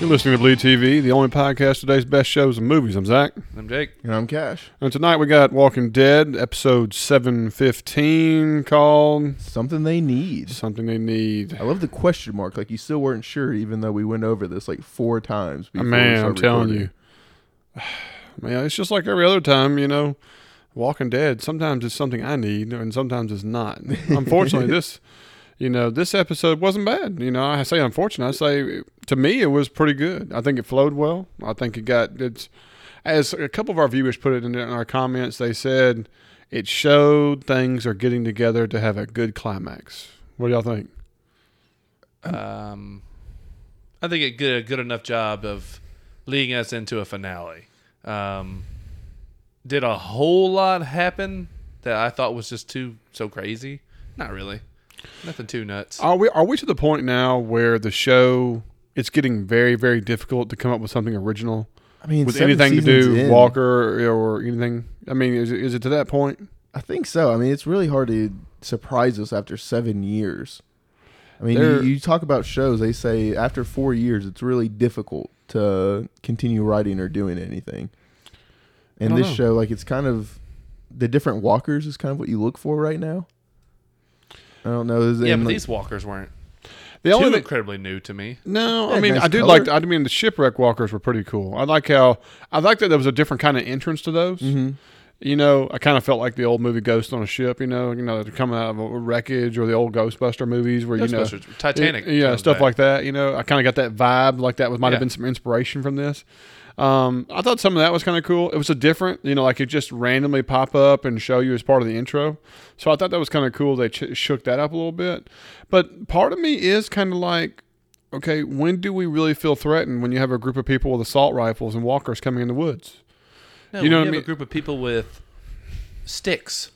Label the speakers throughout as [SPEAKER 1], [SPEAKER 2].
[SPEAKER 1] You're listening to Bleed TV, the only podcast today's best shows and movies. I'm Zach.
[SPEAKER 2] I'm Jake.
[SPEAKER 3] And I'm Cash.
[SPEAKER 1] And tonight we got Walking Dead, episode 715, called
[SPEAKER 3] Something they need.
[SPEAKER 1] Something They Need.
[SPEAKER 3] I love the question mark. Like you still weren't sure, even though we went over this like four times. before we
[SPEAKER 1] Man, I'm
[SPEAKER 3] started
[SPEAKER 1] telling
[SPEAKER 3] recording.
[SPEAKER 1] you. Man, it's just like every other time, you know, Walking Dead, sometimes it's something I need and sometimes it's not. Unfortunately, this, you know, this episode wasn't bad. You know, I say unfortunate, I say to me it was pretty good. I think it flowed well. I think it got, it's, as a couple of our viewers put it in, in our comments, they said it showed things are getting together to have a good climax. What do y'all think?
[SPEAKER 2] Um, I think it did a good enough job of leading us into a finale. Um, did a whole lot happen that I thought was just too so crazy? Not really. Nothing too nuts.
[SPEAKER 1] Are we are we to the point now where the show it's getting very very difficult to come up with something original
[SPEAKER 3] I mean,
[SPEAKER 1] with
[SPEAKER 3] seven
[SPEAKER 1] anything to
[SPEAKER 3] seasons
[SPEAKER 1] do
[SPEAKER 3] in,
[SPEAKER 1] Walker or anything? I mean, is it, is it to that point?
[SPEAKER 3] I think so. I mean, it's really hard to surprise us after seven years. I mean, you,
[SPEAKER 1] There-
[SPEAKER 3] you talk about shows. They say after four years, it's really difficult to continue writing or doing anything. And
[SPEAKER 1] don't
[SPEAKER 3] this
[SPEAKER 1] know.
[SPEAKER 3] show, like, it's kind of the different walkers is kind of what you look for right now. I don't know. is-
[SPEAKER 2] yeah,
[SPEAKER 3] and,
[SPEAKER 2] but
[SPEAKER 3] like,
[SPEAKER 2] these walkers weren't
[SPEAKER 1] The
[SPEAKER 2] too
[SPEAKER 1] only thing,
[SPEAKER 2] incredibly new to me.
[SPEAKER 1] no,
[SPEAKER 3] They
[SPEAKER 1] I
[SPEAKER 3] had
[SPEAKER 1] mean
[SPEAKER 3] nice
[SPEAKER 1] I did
[SPEAKER 3] color.
[SPEAKER 1] like the- I mean the shipwreck walkers were pretty cool. I like how I like that there was a different kind of entrance to those.
[SPEAKER 3] Mhm.
[SPEAKER 1] You know, I kind of felt like the old movie Ghost on a Ship. You know, you know, they're coming out of a wreckage or the old Ghostbuster movies where you know
[SPEAKER 2] Ghostbusters, Titanic,
[SPEAKER 1] Yeah,
[SPEAKER 2] comes
[SPEAKER 1] stuff
[SPEAKER 2] back.
[SPEAKER 1] like that. You know, I kind of got that vibe like that. Was might
[SPEAKER 2] Yeah.
[SPEAKER 1] have been some inspiration from this. Um, I thought some of that was kind of cool. It was a different, you know, like it just randomly pop up and show you as part of the intro. So I thought that was kind of cool. They ch- shook that up a little bit. But part of me is kind of like, okay, when do we really feel threatened when you have a group of people with assault rifles and walkers coming in the woods?
[SPEAKER 2] No,
[SPEAKER 1] You know what
[SPEAKER 2] when
[SPEAKER 1] I
[SPEAKER 2] you have
[SPEAKER 1] mean?
[SPEAKER 2] a group of people with sticks.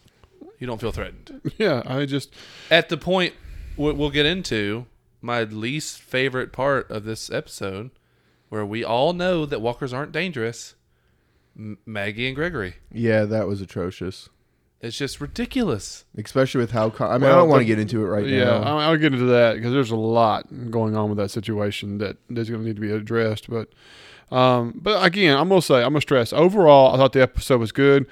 [SPEAKER 2] You don't feel threatened.
[SPEAKER 1] yeah, I just
[SPEAKER 2] at the point what we'll get into my least favorite part of this episode where we all know that walkers aren't dangerous M- maggie and gregory
[SPEAKER 3] yeah, that was atrocious.
[SPEAKER 2] it's just ridiculous
[SPEAKER 3] especially with how. Co- I mean,
[SPEAKER 1] Well,
[SPEAKER 3] I don't want
[SPEAKER 1] the-
[SPEAKER 3] to get into it right
[SPEAKER 1] Yeah,
[SPEAKER 3] now.
[SPEAKER 1] I'll, I'll get into that because there's a lot going on with that situation that that's going to need to be addressed. But, um, but again, I'm gonna say I'm gonna stress overall. I thought the episode was good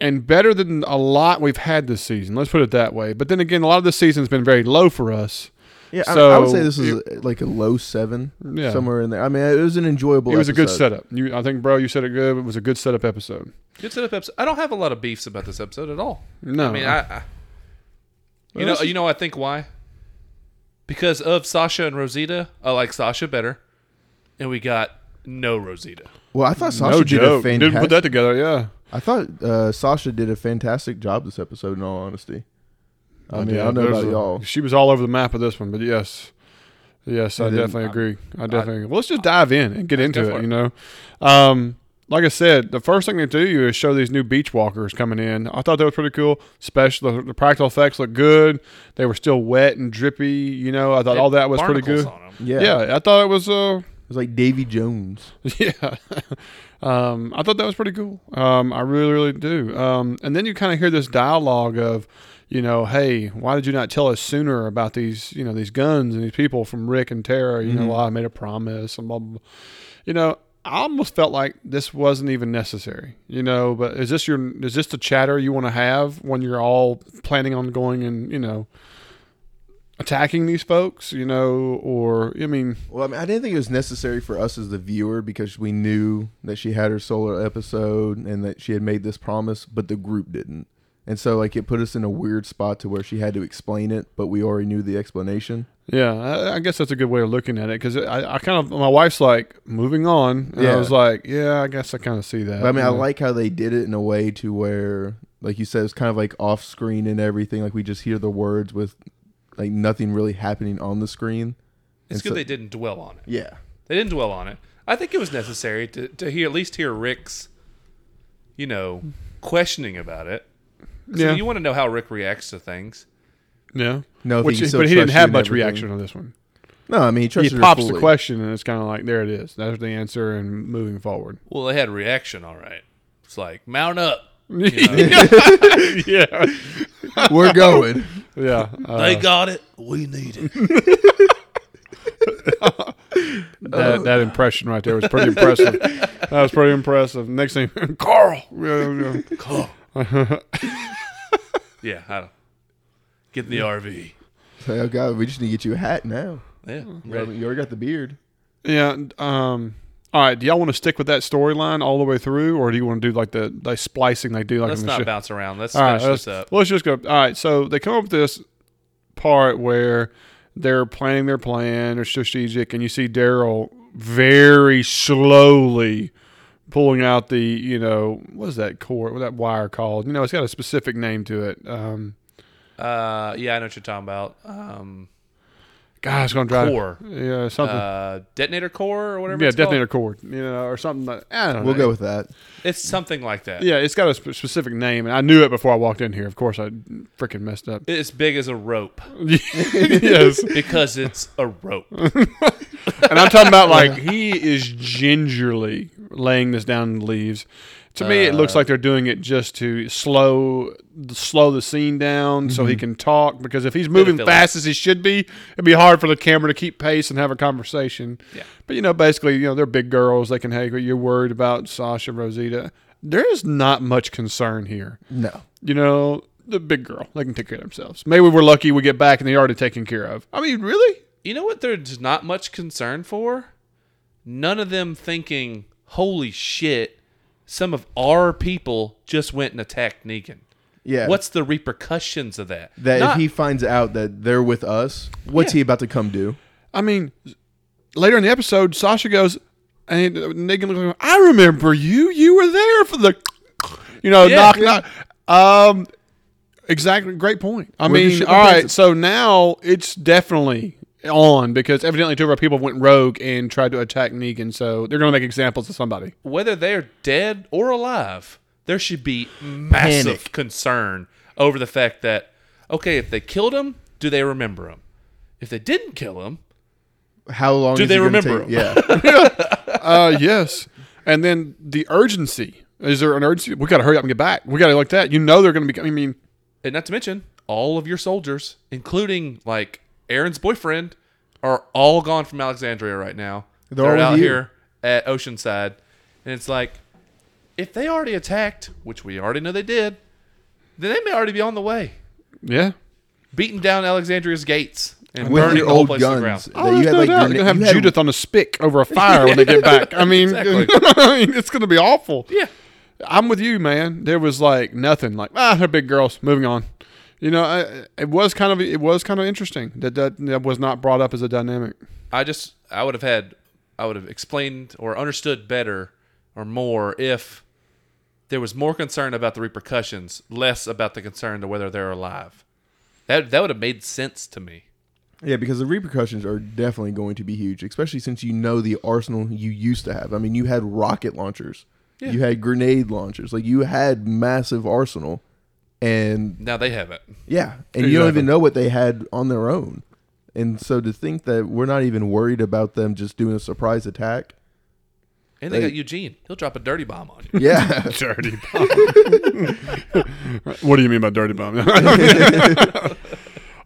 [SPEAKER 1] and better than a lot we've had this season. Let's put it that way. But then again, a lot of this season's been very low for us.
[SPEAKER 3] Yeah, I, I would
[SPEAKER 1] so
[SPEAKER 3] say this is uh, like a low seven,
[SPEAKER 1] Yeah.
[SPEAKER 3] somewhere in there. I mean, it was an enjoyable.
[SPEAKER 1] it was a good
[SPEAKER 3] episode.
[SPEAKER 1] setup. You, I think, bro, you said it good. It was a good setup episode.
[SPEAKER 2] good setup episode i don't have a lot of beefs about this episode at all
[SPEAKER 1] No,
[SPEAKER 2] i mean i, I you
[SPEAKER 1] Well,
[SPEAKER 2] know
[SPEAKER 1] this is-
[SPEAKER 2] you know i think why because of sasha and rosita i like sasha better and we got no rosita
[SPEAKER 3] Well, I thought Sasha
[SPEAKER 1] no
[SPEAKER 3] did
[SPEAKER 1] joke.
[SPEAKER 3] a fantastic.
[SPEAKER 1] Didn't put that together. Yeah,
[SPEAKER 3] I thought uh, Sasha did a fantastic job this episode. In all honesty, I, mean,
[SPEAKER 1] did.
[SPEAKER 3] I don't know
[SPEAKER 1] There's
[SPEAKER 3] about
[SPEAKER 1] a-
[SPEAKER 3] y'all.
[SPEAKER 1] She was all over the map of this one, but yes, yes, I
[SPEAKER 3] And then
[SPEAKER 1] definitely
[SPEAKER 3] I-
[SPEAKER 1] agree. I definitely. well, let's just dive in and get
[SPEAKER 2] Let's go
[SPEAKER 1] into
[SPEAKER 2] for
[SPEAKER 1] it.
[SPEAKER 2] it.
[SPEAKER 1] You know, um, like I said, the first thing they do you is show these new beach walkers coming in. I thought that was pretty cool. Special, the, the practical effects look good. They were still wet and drippy. You know, I thought all that was pretty
[SPEAKER 2] Barnacles
[SPEAKER 1] good.
[SPEAKER 2] on 'em.
[SPEAKER 3] Yeah,
[SPEAKER 1] yeah, I thought it was. Uh,
[SPEAKER 3] it was like Davy Jones.
[SPEAKER 1] yeah. um, I thought that was pretty cool. Um, I really, really do. Um, and then you kind of hear this dialogue of, you know, hey, why did you not tell us sooner about these, you know, these guns and these people from Rick and Tara? You know, well, I made a promise and blah, blah, blah. You know, I almost felt like this wasn't even necessary, you know, but is this your, is this the chatter you want to have when you're all planning on going and, you know, attacking these folks, you know, or, I mean,
[SPEAKER 3] Well, I mean, I didn't think it was necessary for us as the viewer because we knew that she had her solo episode and that she had made this promise, but the group didn't. And so, like, it put us in a weird spot to where she had to explain it, but we already knew the explanation.
[SPEAKER 1] Yeah, I, I guess that's a good way of looking at it because I, I kind of my wife's like moving on, and I
[SPEAKER 3] Yeah.
[SPEAKER 1] was like, yeah, I guess I kind of see that.
[SPEAKER 3] But I mean, I
[SPEAKER 1] you know?
[SPEAKER 3] like how they did it in a way to where, like you said, it's kind of like off screen and everything. Like we just hear the words with like nothing really happening on the screen.
[SPEAKER 2] it's
[SPEAKER 3] And
[SPEAKER 2] good
[SPEAKER 3] so-
[SPEAKER 2] they didn't dwell on it
[SPEAKER 3] Yeah.
[SPEAKER 2] They didn't dwell on it. I think it was necessary to, to hear at least hear Rick's, you know, questioning about it. So
[SPEAKER 1] Yeah.
[SPEAKER 2] you want to know how Rick reacts to things.
[SPEAKER 1] yeah,
[SPEAKER 3] No, if
[SPEAKER 1] Which,
[SPEAKER 3] he still
[SPEAKER 1] but he didn't
[SPEAKER 3] trusts you
[SPEAKER 1] have
[SPEAKER 3] and
[SPEAKER 1] much
[SPEAKER 3] everything.
[SPEAKER 1] reaction on this one.
[SPEAKER 3] No, I mean he
[SPEAKER 1] He
[SPEAKER 3] trusted her
[SPEAKER 1] pops the
[SPEAKER 3] fully.
[SPEAKER 1] question, and it's kind of like, there it is. That's the answer, and moving forward.
[SPEAKER 2] Well, they had a reaction, all right. It's like mount up.
[SPEAKER 1] yeah,
[SPEAKER 3] We're going.
[SPEAKER 1] yeah. Uh,
[SPEAKER 2] they got it. We need it.
[SPEAKER 1] That, that impression right there was pretty impressive. That was pretty impressive. Next thing, Carl. Yeah, yeah.
[SPEAKER 2] Cool. yeah, I don't. Get in the RV.
[SPEAKER 3] Say, oh God, we just need to get you a hat now.
[SPEAKER 2] Yeah,
[SPEAKER 1] Mm-hmm.
[SPEAKER 2] I'm
[SPEAKER 3] You
[SPEAKER 2] ready.
[SPEAKER 3] already- you already got the beard.
[SPEAKER 1] Yeah. and, Um. All right. Do y'all want to stick with that storyline all the way through, or do you want to do like the like splicing they do like
[SPEAKER 2] Let's
[SPEAKER 1] in the
[SPEAKER 2] not
[SPEAKER 1] show?
[SPEAKER 2] bounce around. Let's
[SPEAKER 1] All right,
[SPEAKER 2] finish
[SPEAKER 1] let's,
[SPEAKER 2] this up.
[SPEAKER 1] let's just go. All right, so they come up with this part where they're planning their plan, they're strategic, and you see Daryl very slowly pulling out the, you know, what is that cord, what that wire called? You know, it's got a specific name to it. Um,
[SPEAKER 2] Uh, yeah, I know what you're talking about. Um,
[SPEAKER 1] God, it's going to drive.
[SPEAKER 2] Core.
[SPEAKER 1] Yeah, something.
[SPEAKER 2] uh, detonator core or whatever.
[SPEAKER 1] yeah,
[SPEAKER 2] it's called.
[SPEAKER 1] detonator cord, you know, or something. Like, I don't know.
[SPEAKER 3] We'll go with that.
[SPEAKER 2] It's something like that.
[SPEAKER 1] Yeah, it's got a sp- specific name, and I knew it before I walked in here. Of course, I freaking messed up.
[SPEAKER 2] It's big as a rope
[SPEAKER 1] yes.
[SPEAKER 2] because it's a rope.
[SPEAKER 1] And I'm talking about like he is gingerly laying this down in the leaves. To me, it looks like they're doing it just to slow slow the scene down so he can talk. Because if he's moving
[SPEAKER 2] feel
[SPEAKER 1] fast as he should be, it'd be hard for the camera to keep pace and have a conversation.
[SPEAKER 2] Yeah.
[SPEAKER 1] But you know, basically, you know, they're big girls. They can hang. But you're worried about Sasha, Rosita. There is not much concern here.
[SPEAKER 3] No.
[SPEAKER 1] You know, the big girl. They can take care of themselves. Maybe we're lucky. We get back and they're already taken care of. I mean, really?
[SPEAKER 2] You know what? There's not much concern for. None of them thinking, "Holy shit!" Some of our people just went and attacked Negan.
[SPEAKER 3] Yeah.
[SPEAKER 2] What's the repercussions of that?
[SPEAKER 3] that?
[SPEAKER 2] Not-
[SPEAKER 3] if he finds out that they're with us, what's
[SPEAKER 2] Yeah.
[SPEAKER 3] he about to come do?
[SPEAKER 1] I mean, later in the episode, Sasha goes, and Negan looks like, I remember you. You were there for the, you know,
[SPEAKER 2] Yeah.
[SPEAKER 1] knock, knock. Um, exactly. Great point. I
[SPEAKER 3] We're the
[SPEAKER 1] mean,
[SPEAKER 3] shipping
[SPEAKER 1] all right.
[SPEAKER 3] princess.
[SPEAKER 1] So now it's definitely on because evidently two of our people went rogue and tried to attack Negan. So they're going to make examples of somebody.
[SPEAKER 2] whether they're dead or alive, there should be massive
[SPEAKER 3] Panic.
[SPEAKER 2] concern over the fact that okay, if they killed him, do they remember him? If they didn't kill him,
[SPEAKER 3] How long
[SPEAKER 2] Do
[SPEAKER 3] is
[SPEAKER 2] they
[SPEAKER 3] it gonna
[SPEAKER 2] remember
[SPEAKER 3] take-
[SPEAKER 2] him?
[SPEAKER 3] Yeah.
[SPEAKER 1] Uh, yes. And then the urgency. Is there an urgency? We got to hurry up and get back. We got to like that. You know they're going to be. I mean,
[SPEAKER 2] and not to mention all of your soldiers, including like Aaron's boyfriend, are all gone from Alexandria right now.
[SPEAKER 3] They're
[SPEAKER 2] They're,
[SPEAKER 3] all with
[SPEAKER 2] out
[SPEAKER 3] you.
[SPEAKER 2] here at Oceanside, and it's like if they already attacked, which we already know they did, then they may already be on the way,
[SPEAKER 1] yeah.
[SPEAKER 2] beating down Alexandria's gates and
[SPEAKER 3] with
[SPEAKER 2] burning
[SPEAKER 3] your
[SPEAKER 2] the whole
[SPEAKER 3] old
[SPEAKER 2] place to the ground.
[SPEAKER 3] guns. that
[SPEAKER 1] Oh, there's no doubt. They're
[SPEAKER 3] grenade-
[SPEAKER 1] gonna have
[SPEAKER 3] you had-
[SPEAKER 1] Judith on a spick over a fire when they get back. I mean,
[SPEAKER 2] Exactly.
[SPEAKER 1] I mean, it's gonna be awful.
[SPEAKER 2] Yeah.
[SPEAKER 1] I'm with you, man. There was like nothing. Like ah, they're big girls. Moving on. You know, I, it was kind of it was kind of interesting that, that that was not brought up as a dynamic.
[SPEAKER 2] I just I would have had I would have explained or understood better or more if there was more concern about the repercussions, less about the concern to whether they're alive. That that would have made sense to me.
[SPEAKER 3] Yeah, because the repercussions are definitely going to be huge, especially since you know the arsenal you used to have. I mean, you had rocket launchers, you had grenade launchers, like you had massive arsenal, and
[SPEAKER 2] Now they haven't.
[SPEAKER 3] yeah, and you
[SPEAKER 1] Exactly.
[SPEAKER 3] don't even know what they had on their own. And so to think that we're not even worried about them just doing a surprise attack,
[SPEAKER 2] And they,
[SPEAKER 3] They-
[SPEAKER 2] got Eugene. He'll drop a dirty bomb on you.
[SPEAKER 3] yeah,
[SPEAKER 1] Dirty bomb. what do you mean by dirty bomb?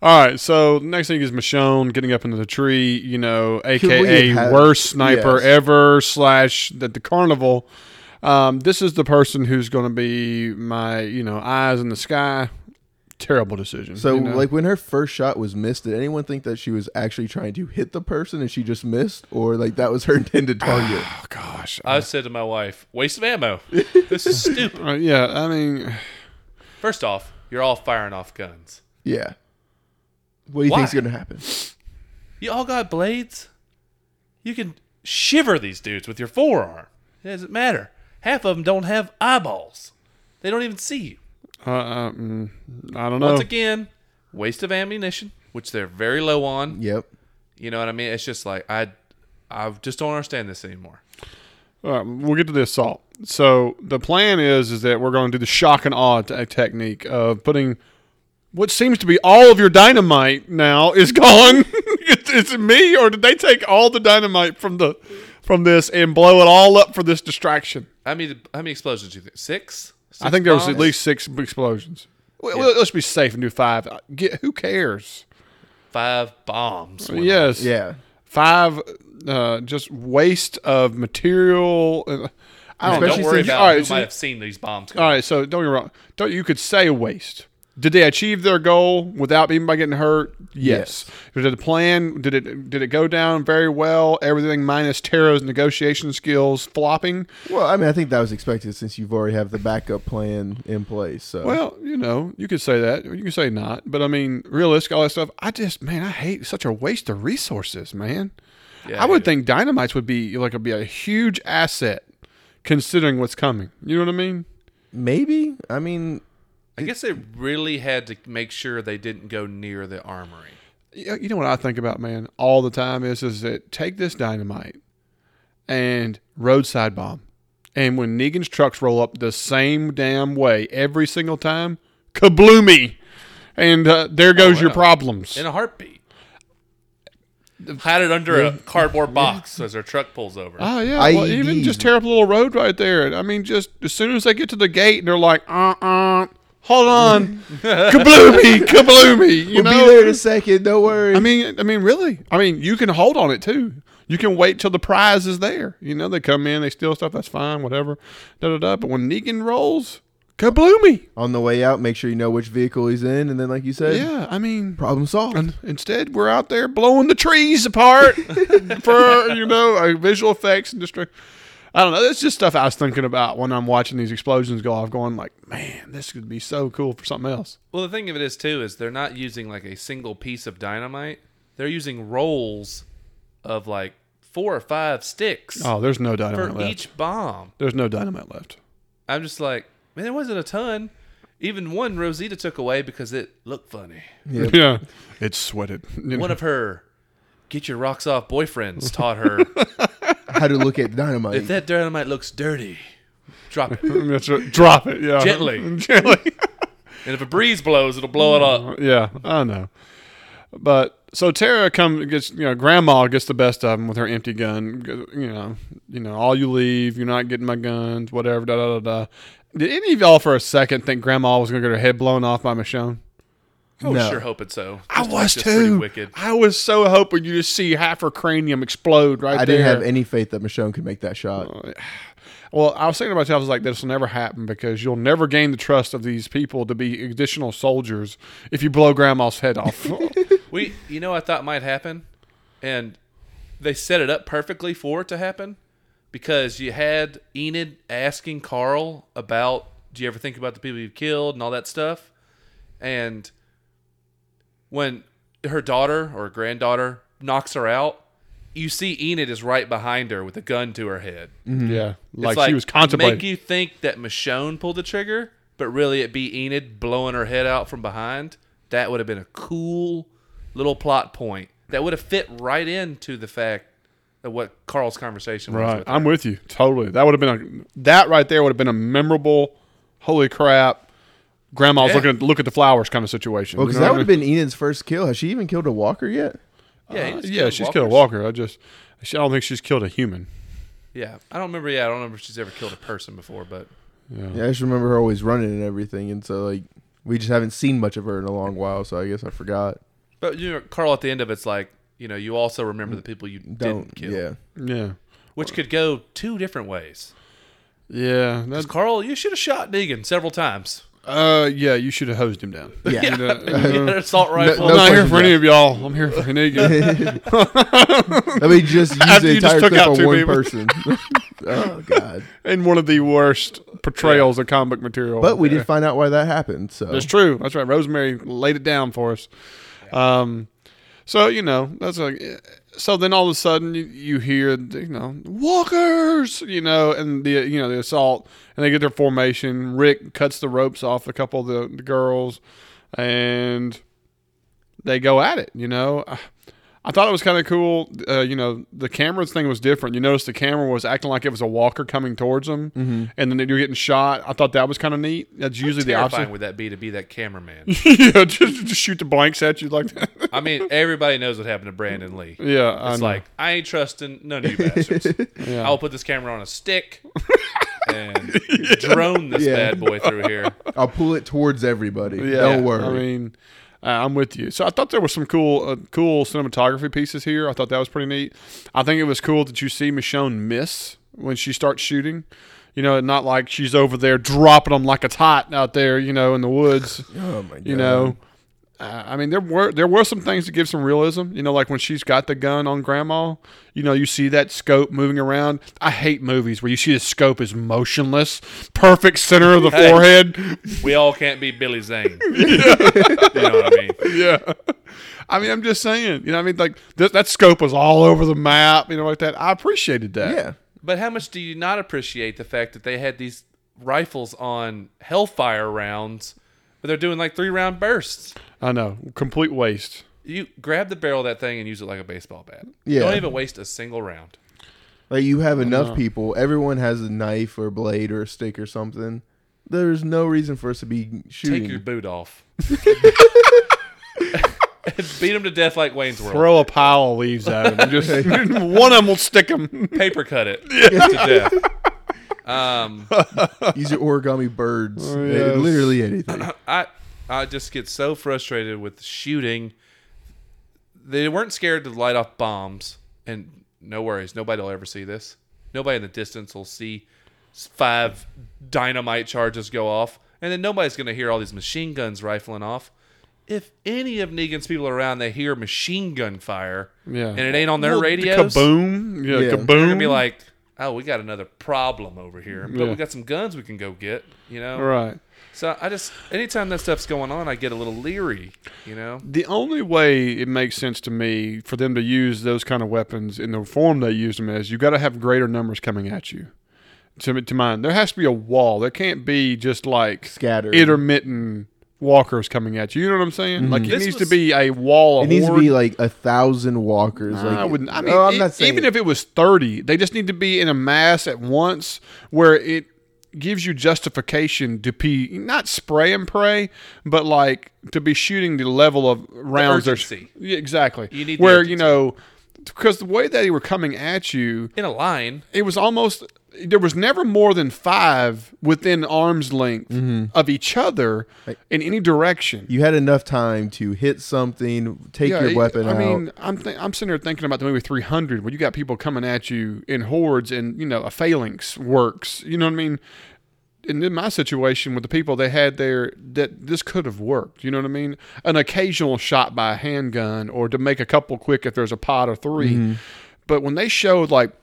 [SPEAKER 1] All right, so next thing is Michonne getting up into the tree, you know, aka
[SPEAKER 3] have had-
[SPEAKER 1] worst sniper
[SPEAKER 3] Yes.
[SPEAKER 1] ever slash at the carnival. Um, this is the person who's going to be my, you know, eyes in the sky. Terrible decision.
[SPEAKER 3] So,
[SPEAKER 1] you know?
[SPEAKER 3] like, when her first shot was missed, did anyone think that she was actually trying to hit the person and she just missed, or like that was her intended target?
[SPEAKER 1] oh gosh,
[SPEAKER 2] I said to my wife, waste of ammo. This is stupid.
[SPEAKER 1] Uh, yeah, I mean,
[SPEAKER 2] First off, you're all firing off guns.
[SPEAKER 3] yeah. What do you think's
[SPEAKER 2] Why?
[SPEAKER 3] going to happen?
[SPEAKER 2] You all got blades? You can shiver these dudes with your forearm. It doesn't matter. Half of them don't have eyeballs. They don't even see you.
[SPEAKER 1] uh, uh, mm, I don't know.
[SPEAKER 2] Once again, waste of ammunition, which they're very low on.
[SPEAKER 3] Yep.
[SPEAKER 2] You know what I mean? It's just like I, I just don't understand this anymore.
[SPEAKER 1] All right, we'll get to the assault. So the plan is is that we're going to do the shock and awe t- technique of putting what seems to be all of your dynamite now is gone. it's, it's me, or did they take all the dynamite from the from this and blow it all up for this distraction?
[SPEAKER 2] I mean, how many explosions do you think? Six?
[SPEAKER 1] I think there was at
[SPEAKER 2] bombs?
[SPEAKER 1] least six b- explosions. Well, well, Let's be safe and do five. Uh, Get, who cares?
[SPEAKER 2] five bombs. went off.
[SPEAKER 1] Yes.
[SPEAKER 3] Yeah.
[SPEAKER 1] five uh, just waste of material. Uh, I don't,
[SPEAKER 2] Man, don't,
[SPEAKER 3] Especially
[SPEAKER 2] worry
[SPEAKER 3] since-
[SPEAKER 2] about
[SPEAKER 1] all right,
[SPEAKER 2] who
[SPEAKER 1] so-
[SPEAKER 2] might have seen these bombs.
[SPEAKER 1] all right, so don't get me wrong. Don't, you could say waste. Did they achieve their goal without anybody getting hurt? Yes. Did the plan? Did it? Did it go down very well? Everything minus Taro's negotiation skills flopping.
[SPEAKER 3] Well, I mean, I think that was expected since you've already have the backup plan in place. So
[SPEAKER 1] Well, you know, you could say that, or you could say not. But I mean, realistic, all that stuff. I just, man, I hate such a waste of resources, man.
[SPEAKER 2] Yeah,
[SPEAKER 1] I would think
[SPEAKER 2] dude.
[SPEAKER 1] dynamites would be like would be a huge asset, considering what's coming. You know what I mean?
[SPEAKER 3] maybe I mean,
[SPEAKER 2] I guess they really had to make sure they didn't go near the armory.
[SPEAKER 1] you you know what I think about, man, all the time is is that take this dynamite and roadside bomb, and when Negan's trucks roll up the same damn way every single time, kabloomy, and uh, there goes your
[SPEAKER 2] wow.
[SPEAKER 1] problems.
[SPEAKER 2] in a heartbeat. Hide it under a cardboard box as their truck pulls over.
[SPEAKER 1] Oh yeah, well, even
[SPEAKER 3] IED.
[SPEAKER 1] just tear up a little road right there. I mean, just as soon as they get to the gate, and they're like, uh, uh, hold on, kabloomy, kabloomy. You
[SPEAKER 3] we'll
[SPEAKER 1] know,
[SPEAKER 3] be there in a second. Don't worry.
[SPEAKER 1] I mean, I mean, really. I mean, you can hold on it too. You can wait till the prize is there. You know, they come in, they steal stuff. That's fine, whatever. Da da da. But when Negan rolls, kabloomy.
[SPEAKER 3] On the way out, make sure you know which vehicle he's in, and then, like you said,
[SPEAKER 1] Yeah, I mean,
[SPEAKER 3] problem solved.
[SPEAKER 1] and instead we're out there blowing the trees apart for you know uh, visual effects and distract. I don't know. That's just stuff I was thinking about when I'm watching these explosions go off. Going like, man, this could be so cool for something else.
[SPEAKER 2] Well, the thing of it is too is they're not using like a single piece of dynamite. They're using rolls of like four or five sticks
[SPEAKER 1] Oh, there's no dynamite
[SPEAKER 2] for
[SPEAKER 1] left.
[SPEAKER 2] each bomb.
[SPEAKER 1] there's no dynamite left.
[SPEAKER 2] I'm just like, man, there wasn't a ton. Even one Rosita took away because it looked funny.
[SPEAKER 3] Yep.
[SPEAKER 1] Yeah, it's sweated. You know?
[SPEAKER 2] One of her get your rocks off boyfriends taught her
[SPEAKER 3] How to look at
[SPEAKER 2] if
[SPEAKER 3] dynamite.
[SPEAKER 2] that dynamite looks dirty, drop it. And
[SPEAKER 1] That's right. Drop it. Yeah.
[SPEAKER 2] Gently.
[SPEAKER 1] Gently.
[SPEAKER 2] if a breeze blows, it'll blow it up.
[SPEAKER 1] yeah. I know. But so Tara comes gets you know grandma gets the best of him with her empty gun. You know, you know all you leave. You're not getting my guns. Whatever. Da da da da. Did any of y'all for a second think grandma was gonna get her head blown off by Michonne?
[SPEAKER 2] I was
[SPEAKER 3] No.
[SPEAKER 2] Oh, sure hoping so.
[SPEAKER 1] I
[SPEAKER 2] Just-
[SPEAKER 1] was
[SPEAKER 2] just pretty
[SPEAKER 1] too.
[SPEAKER 2] Wicked.
[SPEAKER 1] I was so hoping you just see half her cranium explode right
[SPEAKER 3] I
[SPEAKER 1] there. Oh,
[SPEAKER 3] didn't have any faith that Michonne could make that shot.
[SPEAKER 1] Well, I was thinking about it. I was like, this will never happen because you'll never gain the trust of these people to be additional soldiers if you blow grandma's head off.
[SPEAKER 2] We, you know, I thought might happen, and they set it up perfectly for it to happen because you had Enid asking Carl about, "Do you ever think about the people you've killed and all that stuff?" And when her daughter or granddaughter knocks her out, you see Enid is right behind her with a gun to her head.
[SPEAKER 1] yeah. Like,
[SPEAKER 2] Mm-hmm. It's
[SPEAKER 1] she was contemplating.
[SPEAKER 2] Make you think that Michonne pulled the trigger, but really it be Enid blowing her head out from behind. That would have been a cool little plot point that would have fit right into the fact of what Carl's conversation was.
[SPEAKER 1] Right.
[SPEAKER 2] With her.
[SPEAKER 1] I'm with you. Totally. That would have been a that right there would have been a memorable holy crap. Grandma's
[SPEAKER 2] Yeah.
[SPEAKER 1] looking at look at the flowers kind of situation.
[SPEAKER 3] Well,
[SPEAKER 1] You
[SPEAKER 3] because
[SPEAKER 1] know
[SPEAKER 3] that
[SPEAKER 1] what
[SPEAKER 3] would have been Enid's first kill. Has she even killed a walker yet?
[SPEAKER 2] yeah,
[SPEAKER 1] I
[SPEAKER 2] he
[SPEAKER 1] mean?
[SPEAKER 2] just
[SPEAKER 1] Uh, yeah, she's killed a
[SPEAKER 2] walkers.
[SPEAKER 1] walker. I just she, I don't think she's killed a human.
[SPEAKER 2] Yeah, I don't remember. Yeah, I don't remember if she's ever killed a person before, but
[SPEAKER 3] Yeah, I just remember her always running and everything, and so like we just haven't seen much of her in a long while. So I guess I forgot.
[SPEAKER 2] but you know, Carl at the end of it's like you know you also remember the people you
[SPEAKER 3] Don't
[SPEAKER 2] didn't kill,
[SPEAKER 3] yeah.
[SPEAKER 1] Yeah.
[SPEAKER 2] which could go two different ways.
[SPEAKER 1] Yeah. That's
[SPEAKER 2] 'Cause Carl, you should have shot Negan several times.
[SPEAKER 1] uh yeah, you should have hosed him down.
[SPEAKER 3] Yeah.
[SPEAKER 2] Yeah, an assault
[SPEAKER 1] I'm
[SPEAKER 2] rifle.
[SPEAKER 3] No
[SPEAKER 1] not here
[SPEAKER 3] questions
[SPEAKER 1] for any of y'all. I'm here for Negan.
[SPEAKER 3] I mean, just use
[SPEAKER 1] After
[SPEAKER 3] the
[SPEAKER 1] you just
[SPEAKER 3] entire
[SPEAKER 1] took
[SPEAKER 3] clip
[SPEAKER 1] out
[SPEAKER 3] on
[SPEAKER 1] two
[SPEAKER 3] one
[SPEAKER 1] people.
[SPEAKER 3] person. oh God!
[SPEAKER 1] and one of the worst portrayals of comic book material.
[SPEAKER 3] But we did find out why that happened. So
[SPEAKER 1] That's true. That's right. Rosemary laid it down for us. Um, so you know that's like. So then all of a sudden you, you hear you know walkers you know and the you know the assault and they get their formation. Rick cuts the ropes off a couple of the, the girls, and they go at it. You know. I- I thought it was kind of cool. Uh, you know, the camera thing was different. You noticed the camera was acting like it was a walker coming towards them, and then you're getting shot. I thought that was kind of neat. That's usually the
[SPEAKER 2] terrifying
[SPEAKER 1] opposite
[SPEAKER 2] would that be to be that cameraman?
[SPEAKER 1] yeah, just, just shoot the blanks at you like that.
[SPEAKER 2] I mean, everybody knows what happened to Brandon Lee. It's
[SPEAKER 1] Yeah, I know.
[SPEAKER 2] like I ain't trusting none of you bastards.
[SPEAKER 1] Yeah.
[SPEAKER 2] I'll put this camera on a stick and drone this
[SPEAKER 3] Yeah.
[SPEAKER 2] bad boy through here.
[SPEAKER 3] I'll pull it towards everybody.
[SPEAKER 1] yeah,
[SPEAKER 3] Don't worry.
[SPEAKER 1] I mean, Uh, I'm with you. So I thought there was some cool, uh, cool cinematography pieces here. I thought that was pretty neat. I think it was cool that you see Michonne miss when she starts shooting. You know, not like she's over there dropping them like it's hot out there. You know, in the woods.
[SPEAKER 3] Oh my god.
[SPEAKER 1] You know, uh, I mean, there were there were some things to give some realism. You know, like when she's got the gun on Grandma. You know, you see that scope moving around. I hate movies where you see the scope is motionless, perfect center of the
[SPEAKER 2] Hey.
[SPEAKER 1] forehead.
[SPEAKER 2] We all can't be Billy Zane. you know what I mean?
[SPEAKER 1] yeah. I mean, I'm just saying. You know, I mean, like th- that scope was all over the map. You know, like that. I appreciated that.
[SPEAKER 3] Yeah.
[SPEAKER 2] But how much do you not appreciate the fact that they had these rifles on Hellfire rounds, but they're doing like three round bursts?
[SPEAKER 1] I know. Complete waste.
[SPEAKER 2] You grab the barrel of that thing and use it like a baseball bat.
[SPEAKER 3] Yeah.
[SPEAKER 2] Don't even waste a single round.
[SPEAKER 3] Like you have enough people. Everyone has a knife or a blade or a stick or something. There's no reason for us to be shooting.
[SPEAKER 2] Take your boot off. and beat them to death like Wayne's World.
[SPEAKER 1] Throw a pile of leaves at him. Just one of them will stick him.
[SPEAKER 2] Paper cut it to death. Um,
[SPEAKER 3] Use your origami birds.
[SPEAKER 1] Oh,
[SPEAKER 3] They-
[SPEAKER 1] yes.
[SPEAKER 3] Literally anything.
[SPEAKER 2] I I just get so frustrated with shooting. They weren't scared to light off bombs, and no worries, nobody will ever see this. Nobody in the distance will see five dynamite charges go off, and then nobody's going to hear all these machine guns rifling off. If any of Negan's people are around, they hear machine gun fire,
[SPEAKER 1] Yeah.
[SPEAKER 2] and it ain't on their
[SPEAKER 1] Well,
[SPEAKER 2] radios.
[SPEAKER 1] Kaboom. Yeah.
[SPEAKER 3] Yeah.
[SPEAKER 1] Kaboom.
[SPEAKER 2] They're gonna be like, "Oh, we got another problem over here, but
[SPEAKER 1] Yeah.
[SPEAKER 2] we got some guns we can go get." You know,
[SPEAKER 1] right.
[SPEAKER 2] so I just anytime that stuff's going on, I get a little leery, you know.
[SPEAKER 1] The only way it makes sense to me for them to use those kind of weapons in the form they used them as, you got to have greater numbers coming at you. To, to mine, there has to be a wall. There can't be just like
[SPEAKER 3] Scattered.
[SPEAKER 1] intermittent walkers coming at you. You know what I'm saying? Like it
[SPEAKER 2] This
[SPEAKER 1] needs
[SPEAKER 2] was-
[SPEAKER 1] to be a wall.
[SPEAKER 3] Mm-hmm. It
[SPEAKER 1] Of
[SPEAKER 3] needs to
[SPEAKER 1] horde.
[SPEAKER 3] be like a thousand walkers. like
[SPEAKER 1] I wouldn't. I mean,
[SPEAKER 3] oh, I'm
[SPEAKER 1] e-
[SPEAKER 3] not saying
[SPEAKER 1] even if it was thirty, they just need to be in a mass at once where it gives you justification to be not spray and pray, but like to be shooting the level of rounds. there's-
[SPEAKER 2] urgency.
[SPEAKER 1] Yeah, exactly.
[SPEAKER 2] You need the
[SPEAKER 1] where
[SPEAKER 2] urgency.
[SPEAKER 1] you know because the way they were coming at you,
[SPEAKER 2] In a line,
[SPEAKER 1] it was almost there was never more than five within arm's length of each other in any direction.
[SPEAKER 3] you had enough time to hit something, take your
[SPEAKER 1] it-
[SPEAKER 3] weapon
[SPEAKER 1] I
[SPEAKER 3] out.
[SPEAKER 1] mean, I'm th- I'm sitting here thinking about the movie 300, where you got people coming at you in hordes, and you know a phalanx works. You know what I mean? And in my situation with the people they had there, that this could have worked. You know what I mean? An occasional shot by a handgun, or to make a couple quick if there's a pot or 3
[SPEAKER 3] Mm-hmm.
[SPEAKER 1] But when they showed like.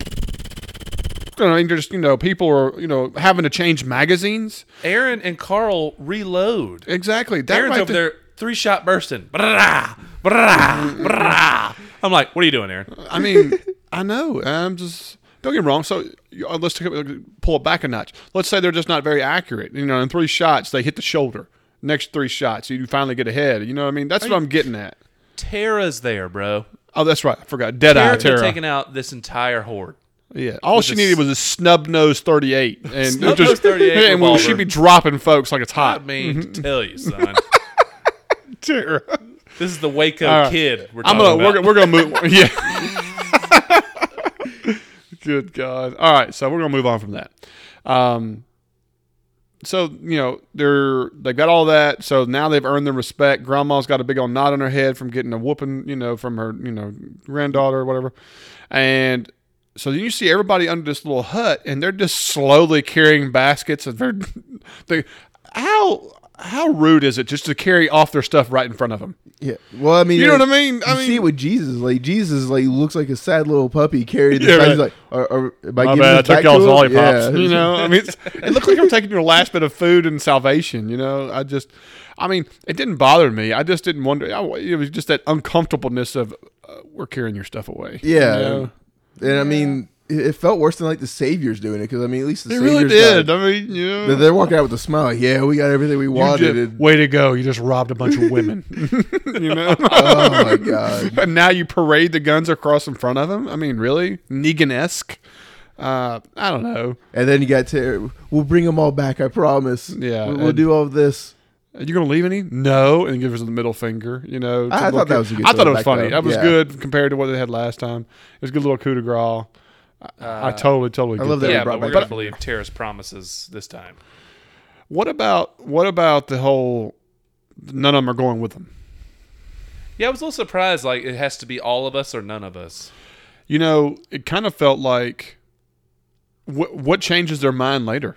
[SPEAKER 1] you know, I mean, just you know, people are you know having to change magazines.
[SPEAKER 2] Aaron and Carl reload.
[SPEAKER 1] Exactly. That
[SPEAKER 2] Aaron's
[SPEAKER 1] right
[SPEAKER 2] over
[SPEAKER 1] there-
[SPEAKER 2] there, three shot bursting. Brrrah, brrrah, brrrah. I'm like, what are you doing, Aaron?
[SPEAKER 1] I mean, I know. I'm just don't get me wrong. So you- uh, let's take it- pull it back a notch. Let's say they're just not very accurate. You know, in three shots they hit the shoulder. Next three shots, you finally get ahead. You know what I mean? That's what I'm getting at.
[SPEAKER 2] Tara's there, bro.
[SPEAKER 1] Oh, that's right. I forgot. Dead Eye
[SPEAKER 2] Tara's been
[SPEAKER 1] Terra.
[SPEAKER 2] taking out this entire horde.
[SPEAKER 1] yeah. All she
[SPEAKER 2] a
[SPEAKER 1] needed was a snub nose 38, and
[SPEAKER 2] Snub-nosed
[SPEAKER 1] just
[SPEAKER 2] 38
[SPEAKER 1] and well, she'd
[SPEAKER 2] revolver.
[SPEAKER 1] be dropping folks like it's
[SPEAKER 2] I
[SPEAKER 1] hot.
[SPEAKER 2] mean, to tell you, son,
[SPEAKER 1] Tara.
[SPEAKER 2] this is the Waco
[SPEAKER 1] All right.
[SPEAKER 2] kid. We're
[SPEAKER 1] I'm
[SPEAKER 2] talking
[SPEAKER 1] gonna
[SPEAKER 2] about.
[SPEAKER 1] we're, gonna- we're gonna move. yeah. Good God. All right, so we're gonna move on from that. Um, so you know they're they got all that. So now they've earned their respect. Grandma's got a big old knot on her head from getting a whooping, you know, from her you know granddaughter or whatever. And so then you see everybody under this little hut, and they're just slowly carrying baskets. And they're they how how rude is it just to carry off their stuff right in front of them?
[SPEAKER 3] yeah. Well, I mean,
[SPEAKER 1] You know
[SPEAKER 3] like,
[SPEAKER 1] what I mean? I
[SPEAKER 3] you
[SPEAKER 1] mean,
[SPEAKER 3] see it with Jesus. Like Jesus, like looks like a sad little puppy carried.
[SPEAKER 1] Yeah,
[SPEAKER 3] Yeah,
[SPEAKER 1] right.
[SPEAKER 3] He's like, are, are, am
[SPEAKER 1] My
[SPEAKER 3] I giving
[SPEAKER 1] bad. I
[SPEAKER 3] this back
[SPEAKER 1] took y'all's
[SPEAKER 3] to him?
[SPEAKER 1] lollipops.
[SPEAKER 3] Yeah.
[SPEAKER 1] You know, I mean, it's, it looked like I'm taking your last bit of food and salvation. You know, I just, I mean, it didn't bother me. I just didn't wonder. I, it was just that uncomfortableness of uh, we're carrying your stuff away. you
[SPEAKER 3] Yeah.
[SPEAKER 1] know?
[SPEAKER 3] And I mean, it, it felt worse than like the Savior's doing it because I mean, at least the
[SPEAKER 1] it
[SPEAKER 3] Savior's
[SPEAKER 1] really did.
[SPEAKER 3] Got,
[SPEAKER 1] I mean, you know,
[SPEAKER 3] they're- they're walking out with a smile. Like, yeah, we got everything we
[SPEAKER 1] you
[SPEAKER 3] wanted.
[SPEAKER 1] just,
[SPEAKER 3] and-
[SPEAKER 1] way to go! You just robbed a bunch of women. you know,
[SPEAKER 3] oh my god.
[SPEAKER 1] and now you parade the guns across in front of them. I mean, really, Negan esque. Uh, I don't know.
[SPEAKER 3] And then you got to, we'll bring them all back, I promise.
[SPEAKER 1] Yeah,
[SPEAKER 3] We'll, we'll
[SPEAKER 1] and-
[SPEAKER 3] do all of this.
[SPEAKER 1] Are you gonna leave any? No, and give us the middle finger. You know, to
[SPEAKER 3] I thought
[SPEAKER 1] look
[SPEAKER 3] that
[SPEAKER 1] at-
[SPEAKER 3] was a good
[SPEAKER 1] I thought it was
[SPEAKER 3] throwback,
[SPEAKER 1] funny.
[SPEAKER 3] though.
[SPEAKER 1] That was
[SPEAKER 3] Yeah.
[SPEAKER 1] good compared to what they had last time. It was a good little coup de grace. I, I totally, totally.
[SPEAKER 3] I
[SPEAKER 1] get
[SPEAKER 3] love that
[SPEAKER 2] Uh, yeah,
[SPEAKER 3] we brought
[SPEAKER 2] but we're
[SPEAKER 3] back
[SPEAKER 2] gonna
[SPEAKER 3] up.
[SPEAKER 2] believe Tara's promises this time.
[SPEAKER 1] What about what about the whole? None of them are going with them.
[SPEAKER 2] Yeah, I was a little surprised. Like it has to be all of us or none of us.
[SPEAKER 1] You know, it kind of felt like what what changes their mind later.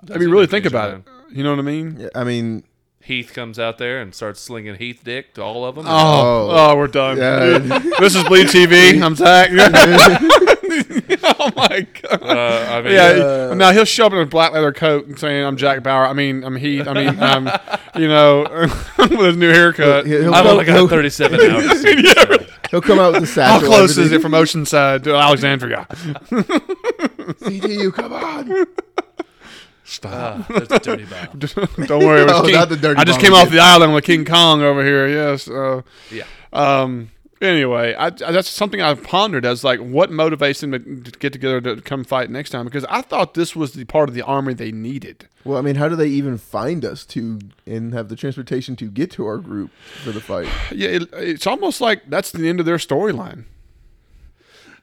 [SPEAKER 1] I
[SPEAKER 2] That's
[SPEAKER 1] mean,
[SPEAKER 2] a
[SPEAKER 1] really
[SPEAKER 2] good
[SPEAKER 1] think
[SPEAKER 2] vision,
[SPEAKER 1] about it. You know what I mean?
[SPEAKER 3] Yeah, I mean,
[SPEAKER 2] Heath comes out there and starts slinging Heath dick to all of them.
[SPEAKER 1] Oh,
[SPEAKER 3] Oh.
[SPEAKER 1] oh, we're done.
[SPEAKER 3] Yeah.
[SPEAKER 1] this is Bleed TV. I'm Zach. oh my god.
[SPEAKER 2] uh, I mean,
[SPEAKER 1] yeah. now he'll show up in a black leather coat and saying, "I'm Jack Bauer." I mean, I'm Heath. I mean, I'm, you know, with his new haircut.
[SPEAKER 3] he'll,
[SPEAKER 2] I've
[SPEAKER 3] he'll,
[SPEAKER 2] only got 37 hours.
[SPEAKER 3] he'll come out with the
[SPEAKER 1] How
[SPEAKER 3] satchel.
[SPEAKER 1] close is it from Oceanside to Alexandria?
[SPEAKER 3] CTU, come on.
[SPEAKER 2] Ah, that's a dirty bomb.
[SPEAKER 1] Don't worry. it was
[SPEAKER 3] Oh,
[SPEAKER 1] King-
[SPEAKER 3] not the dirty
[SPEAKER 1] I just
[SPEAKER 3] bomb
[SPEAKER 1] came off
[SPEAKER 3] again.
[SPEAKER 1] the island with King Kong over here. Yes. Uh,
[SPEAKER 2] Yeah.
[SPEAKER 1] um. Anyway, I, I- that's something I've pondered as like what motivates them to get together to come fight next time because I thought this was the part of the army they needed.
[SPEAKER 3] Well, I mean, how do they even find us to and have the transportation to get to our group for the fight?
[SPEAKER 1] Yeah, it, it's almost like that's the end of their storyline.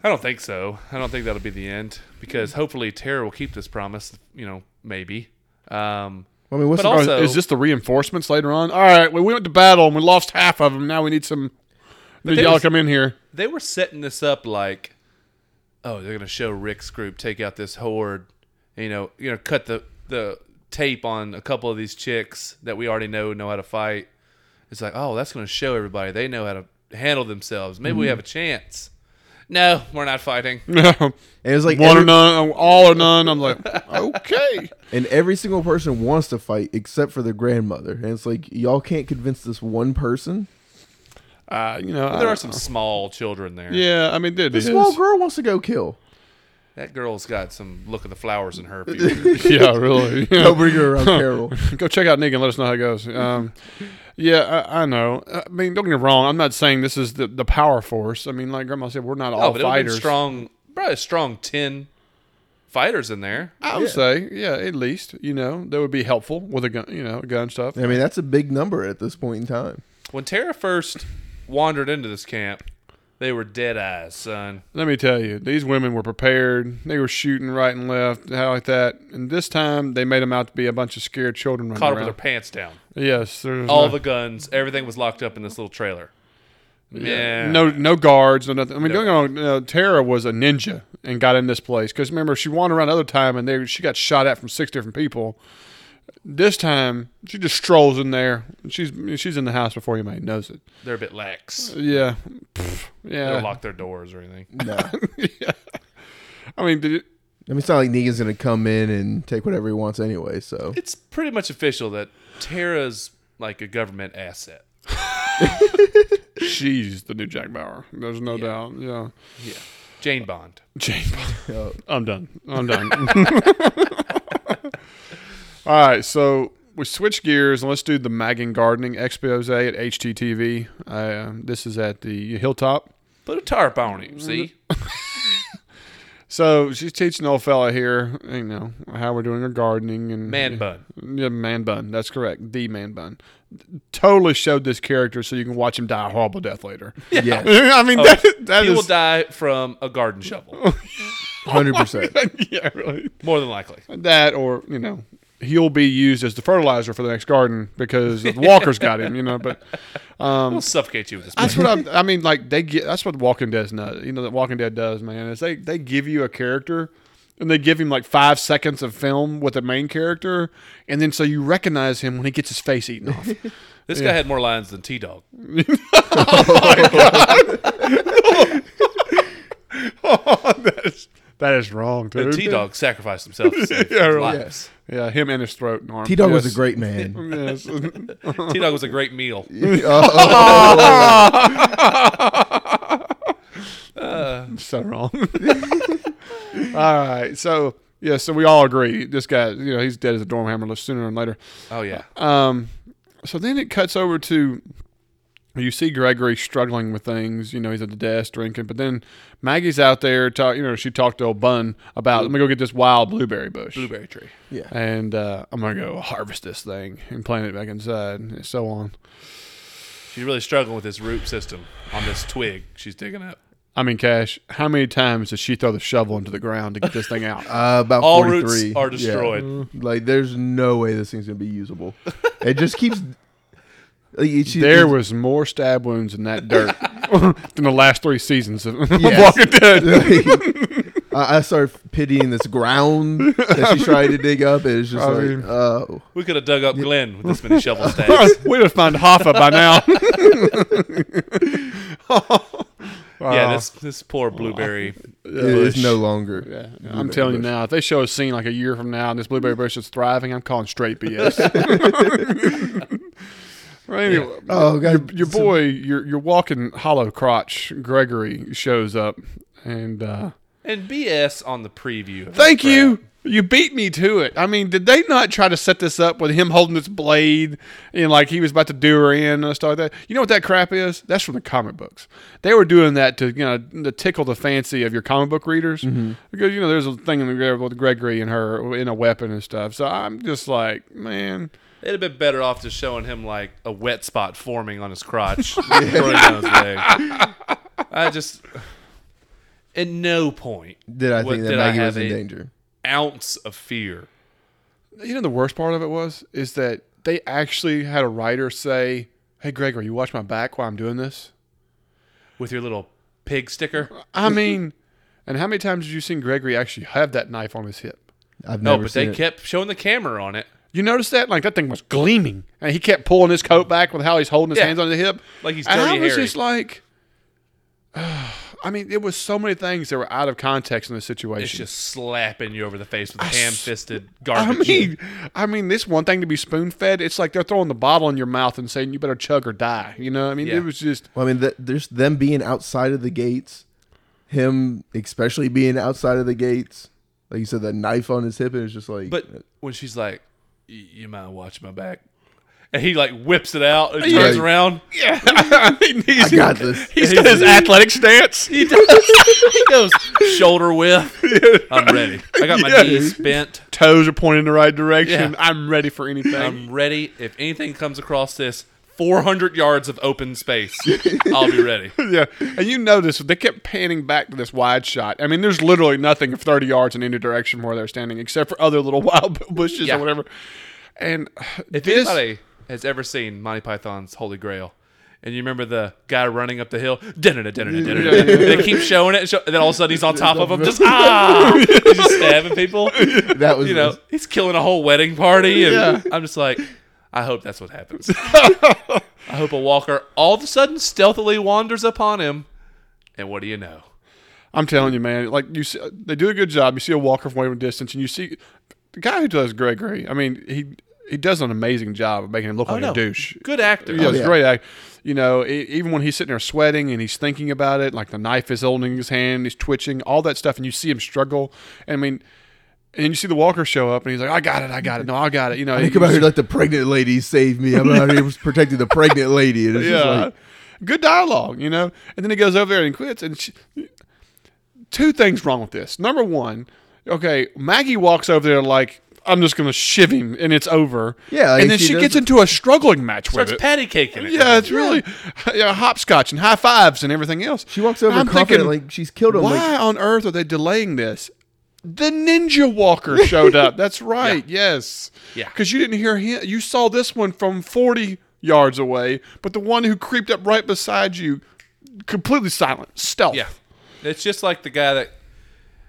[SPEAKER 2] I don't think so. I don't think that'll be the end because hopefully Tara will keep this promise. You know, maybe. Um,
[SPEAKER 3] I mean, what's
[SPEAKER 2] But
[SPEAKER 3] the,
[SPEAKER 2] also-
[SPEAKER 1] Or is this the reinforcements later on? All right, we went to battle and we lost half of them. Now we need some. Did
[SPEAKER 2] there
[SPEAKER 1] y'all
[SPEAKER 2] was-
[SPEAKER 1] come in here?
[SPEAKER 2] they were setting this up like, oh, they're gonna show Rick's group take out this horde, you know, you know, cut the the tape on a couple of these chicks that we already know know how to fight. It's like, oh, that's gonna show everybody they know how to handle themselves. Maybe
[SPEAKER 1] Mm-hmm.
[SPEAKER 2] we have a chance. No, we're not fighting.
[SPEAKER 1] One
[SPEAKER 3] and it's like
[SPEAKER 1] or
[SPEAKER 3] every,
[SPEAKER 1] none, all or none. I'm like, okay.
[SPEAKER 3] and every single person wants to fight except for their grandmother, and it's like y'all can't convince this one person.
[SPEAKER 1] Uh, you know, I
[SPEAKER 2] There are
[SPEAKER 1] don't
[SPEAKER 2] some
[SPEAKER 1] know.
[SPEAKER 2] small children there.
[SPEAKER 1] Yeah, I mean, dude,
[SPEAKER 3] This small girl wants to go kill.
[SPEAKER 2] That girl's got some look of the flowers in her future.
[SPEAKER 1] yeah, really. Yeah.
[SPEAKER 3] Go bring her around Carol.
[SPEAKER 1] go check out Nick and let us know how it goes. Um, yeah, I, I know. I mean, don't get me wrong. I'm not saying this is the, the power force. I mean, like Grandma said, we're not all
[SPEAKER 2] oh, but it
[SPEAKER 1] fighters.
[SPEAKER 2] strong, probably a strong ten fighters in there.
[SPEAKER 1] I would
[SPEAKER 3] Yeah.
[SPEAKER 1] say, yeah, at least you know that would be helpful with a gun, you know, gun stuff.
[SPEAKER 3] I mean, that's a big number at this point in time.
[SPEAKER 2] When Tara first wandered into this camp, they were dead eyes, son.
[SPEAKER 1] Let me tell you, these women were prepared. They were shooting right and left, how like that. And this time, they made them out to be a bunch of scared children running
[SPEAKER 2] Caught up with
[SPEAKER 1] around.
[SPEAKER 2] their pants down.
[SPEAKER 1] yes, there's
[SPEAKER 2] All
[SPEAKER 1] no,
[SPEAKER 2] the guns, everything was locked up in this little trailer. Yeah.
[SPEAKER 1] no no guards, no nothing. I mean, don't get me wrong, uh, Tara was a ninja and got in this place because remember she wandered around other time and they she got shot at from six different people. This time, she just strolls in there. She's she's in the house before anybody knows it.
[SPEAKER 2] They're a bit lax.
[SPEAKER 1] Yeah, Pfft,
[SPEAKER 2] They
[SPEAKER 1] yeah.
[SPEAKER 2] don't lock their doors or anything.
[SPEAKER 3] No.
[SPEAKER 1] I mean, did it,
[SPEAKER 3] I mean, it's not like Negan's gonna come in and take whatever he wants anyway. So
[SPEAKER 2] It's pretty much official that Tara's like a government asset.
[SPEAKER 1] she's the new Jack Bauer. There's no doubt. Yeah.
[SPEAKER 2] Yeah. Jane Bond.
[SPEAKER 1] Jane Bond.
[SPEAKER 3] Oh.
[SPEAKER 1] I'm done. I'm done. All right, so we switch gears and let's do the Maggin Gardening expose at HTTV. Uh, this is at the Hilltop.
[SPEAKER 2] Put a tarp on him, see?
[SPEAKER 1] Mm-hmm. So she's teaching the old fella here, you know, how we're doing our gardening and
[SPEAKER 2] Man bun.
[SPEAKER 1] Yeah, man bun. That's correct. The man bun. Totally showed this character so you can watch him die a horrible death later.
[SPEAKER 3] yeah,
[SPEAKER 1] I mean, that, that
[SPEAKER 2] Oh, He will
[SPEAKER 1] is
[SPEAKER 2] die from a garden shovel.
[SPEAKER 3] hundred percent.
[SPEAKER 1] yeah, really.
[SPEAKER 2] More than likely.
[SPEAKER 1] That or, you know, he'll be used as the fertilizer for the next garden because the Walker's got him, you know. But
[SPEAKER 2] We'll suffocate you with this.
[SPEAKER 1] that's what I'm, Um, I mean, like, they get that's what Walking Dead does. You know, that Walking Dead does, man, is they, they give you a character and they give him like five seconds of film with the main character. And then so you recognize him when he gets his face eaten off.
[SPEAKER 2] This guy had more lines than T Dog.
[SPEAKER 1] that is wrong, dude.
[SPEAKER 2] T Dog sacrificed himself. To save
[SPEAKER 1] Yeah,
[SPEAKER 2] his
[SPEAKER 1] right.
[SPEAKER 2] lives.
[SPEAKER 1] Yeah, him and his throat and arm.
[SPEAKER 3] T Dog was
[SPEAKER 1] Yes.
[SPEAKER 3] a great man.
[SPEAKER 1] Yes.
[SPEAKER 2] T Dog was a great meal.
[SPEAKER 1] so wrong. all right. So, yeah, so we all agree this guy, you know, he's dead as a dorm hammer sooner than later.
[SPEAKER 2] Oh yeah,
[SPEAKER 3] Uh,
[SPEAKER 1] Um, so then it cuts over to you see Gregory struggling with things. You know, he's at the desk drinking, but then Maggie's out there. Talk, you know, she talked to old Bun about let me go get this wild blueberry bush,
[SPEAKER 2] blueberry tree.
[SPEAKER 1] and uh, I'm gonna go harvest this thing and plant it back inside, and so on.
[SPEAKER 2] She's really struggling with this root system on this twig she's digging up.
[SPEAKER 1] I mean, Cash, how many times does she throw the shovel into the ground to get this thing out?
[SPEAKER 3] Uh, about
[SPEAKER 2] All
[SPEAKER 3] 43.
[SPEAKER 2] roots are
[SPEAKER 3] Yeah. Mm-hmm.
[SPEAKER 2] destroyed.
[SPEAKER 3] Like, there's no way this thing's gonna be usable. it just keeps. Like, it's-
[SPEAKER 1] there
[SPEAKER 3] it's-
[SPEAKER 1] was more stab wounds in that dirt than the last three seasons of
[SPEAKER 3] Yes.
[SPEAKER 1] Walking Dead.
[SPEAKER 3] I, I started pitying this ground that she tried to dig up, and it's just
[SPEAKER 1] I
[SPEAKER 3] like,
[SPEAKER 1] mean-
[SPEAKER 3] oh,
[SPEAKER 2] We could have dug up Glenn with this many shovel stacks.
[SPEAKER 1] We'd have found Hoffa by now. Wow.
[SPEAKER 2] Yeah, this this poor blueberry.
[SPEAKER 3] it is
[SPEAKER 2] bush.
[SPEAKER 3] no longer.
[SPEAKER 1] Yeah, I'm telling you
[SPEAKER 3] bush.
[SPEAKER 1] now. If they show a scene like a year from now and this blueberry bush is thriving, I'm calling straight BS. Well, anyway,
[SPEAKER 3] Oh, God.
[SPEAKER 1] your boy, your your walking hollow crotch Gregory shows up, and uh,
[SPEAKER 2] And BS on the preview. of
[SPEAKER 1] thank
[SPEAKER 2] the
[SPEAKER 1] you. You beat me to it. I mean, did they not try to set this up with him holding this blade and like he was about to do her in and stuff like that? You know what that crap is? That's from the comic books. They were doing that to you know to tickle the fancy of your comic book readers because you know there's a thing in there with Gregory and her in a weapon and stuff. So I'm just like, man,
[SPEAKER 2] They'd have been better off just showing him like a wet spot forming on his crotch, running down his leg. I just, at no point
[SPEAKER 3] Did I
[SPEAKER 2] What
[SPEAKER 3] think
[SPEAKER 2] did
[SPEAKER 3] that
[SPEAKER 2] I
[SPEAKER 3] Maggie was
[SPEAKER 2] have
[SPEAKER 3] in
[SPEAKER 2] a-
[SPEAKER 3] danger?
[SPEAKER 2] ounce of fear.
[SPEAKER 1] you know the worst part of it was is that they actually had a writer say, "Hey Gregory, you watch my back while I'm doing this."
[SPEAKER 2] with your little pig sticker.
[SPEAKER 1] I mean, and how many times have you seen Gregory actually have that knife on his hip?
[SPEAKER 3] I've
[SPEAKER 2] No,
[SPEAKER 3] never
[SPEAKER 2] but
[SPEAKER 3] seen
[SPEAKER 2] they
[SPEAKER 3] it.
[SPEAKER 2] kept showing the camera on it.
[SPEAKER 1] You notice that? Like that thing was gleaming, and he kept pulling his coat back with how he's holding his
[SPEAKER 2] Yeah.
[SPEAKER 1] hands on his hip.
[SPEAKER 2] Like he's
[SPEAKER 1] and I
[SPEAKER 2] Dirty
[SPEAKER 1] was
[SPEAKER 2] Harry.
[SPEAKER 1] just like, I mean, it was so many things that were out of context in this situation.
[SPEAKER 2] It's just slapping you over the face with ham-fisted garbage.
[SPEAKER 1] I mean, I mean, this one thing to be spoon fed. It's like they're throwing the bottle in your mouth and saying you better chug or die. You know, I mean,
[SPEAKER 2] Yeah.
[SPEAKER 1] it was just
[SPEAKER 3] Well, I mean, th- there's them being outside of the gates, him especially being outside of the gates. Like you said, that knife on his hip, and it's just like,
[SPEAKER 2] but when she's like, "Y- "You mind watching my back," and he like whips it out and
[SPEAKER 1] Yeah.
[SPEAKER 2] turns around.
[SPEAKER 1] yeah. I mean, he's,
[SPEAKER 3] I got this.
[SPEAKER 1] He's got his athletic stance.
[SPEAKER 2] He does. he goes shoulder width. I'm ready. I got my
[SPEAKER 1] Yeah.
[SPEAKER 2] knees bent.
[SPEAKER 1] Toes are pointing in the right direction.
[SPEAKER 2] Yeah.
[SPEAKER 1] I'm ready for anything.
[SPEAKER 2] I'm ready. If anything comes across this 400 yards of open space, I'll be ready.
[SPEAKER 1] yeah, and you notice they kept panning back to this wide shot. I mean, there's literally nothing of 30 yards in any direction where they're standing, except for other little wild bushes
[SPEAKER 2] Yeah.
[SPEAKER 1] or whatever. And
[SPEAKER 2] If
[SPEAKER 1] this,
[SPEAKER 2] anybody has ever seen Monty Python's Holy Grail, and you remember the guy running up the hill, da-da-da, da-da-da, da-da-da, and they keep showing it, and, show, and then all of a sudden he's on top of them, just ah, he's just stabbing people.
[SPEAKER 3] that was
[SPEAKER 2] You know, he's killing a whole wedding party, and
[SPEAKER 1] Yeah.
[SPEAKER 2] I'm just like, I hope that's what happens. I hope a walker all of a sudden stealthily wanders upon him, and what do you know?
[SPEAKER 1] I'm telling you, man, like you, see, they do a good job. You see a walker from way from distance, and you see the guy who does Gregory. I mean, he he does an amazing job of making him look like
[SPEAKER 2] Oh, no.
[SPEAKER 1] a douche.
[SPEAKER 2] Good actor.
[SPEAKER 1] Yeah, it's
[SPEAKER 3] Oh, yeah.
[SPEAKER 1] great. I, you know, e even when he's sitting there sweating and he's thinking about it, like the knife is holding in his hand, he's twitching, all that stuff, and you see him struggle. And I mean, and you see the Walker show up, and he's like, "I got it, I got it, no, I got it." You know,
[SPEAKER 3] They
[SPEAKER 1] you
[SPEAKER 3] come out here
[SPEAKER 1] just-
[SPEAKER 3] to let the pregnant lady save me. I'm out here protecting the pregnant lady. And it's just
[SPEAKER 1] yeah,
[SPEAKER 3] like,
[SPEAKER 1] good dialogue, you know. And then he goes over there and quits. And she, two things wrong with this. Number one, okay, Maggie walks over there like. I'm just gonna shiv him, and it's over.
[SPEAKER 3] Yeah, like
[SPEAKER 1] and then
[SPEAKER 3] she
[SPEAKER 1] she, gets
[SPEAKER 3] does-
[SPEAKER 1] into a struggling match with
[SPEAKER 2] Starts
[SPEAKER 1] it.
[SPEAKER 2] patty caking it.
[SPEAKER 1] Yeah, it's really yeah, hopscotch and high fives and everything else.
[SPEAKER 3] she walks over
[SPEAKER 1] I'm
[SPEAKER 3] confident,
[SPEAKER 1] thinking,
[SPEAKER 3] like she's killed him.
[SPEAKER 1] why
[SPEAKER 3] Like,
[SPEAKER 1] on earth are they delaying this? The Ninja Walker showed up. That's right. Yes.
[SPEAKER 2] Yeah.
[SPEAKER 1] Because you didn't hear him. You saw this one from 40 yards away, but the one who creeped up right beside you, completely silent, stealth.
[SPEAKER 2] Yeah. It's just like the guy that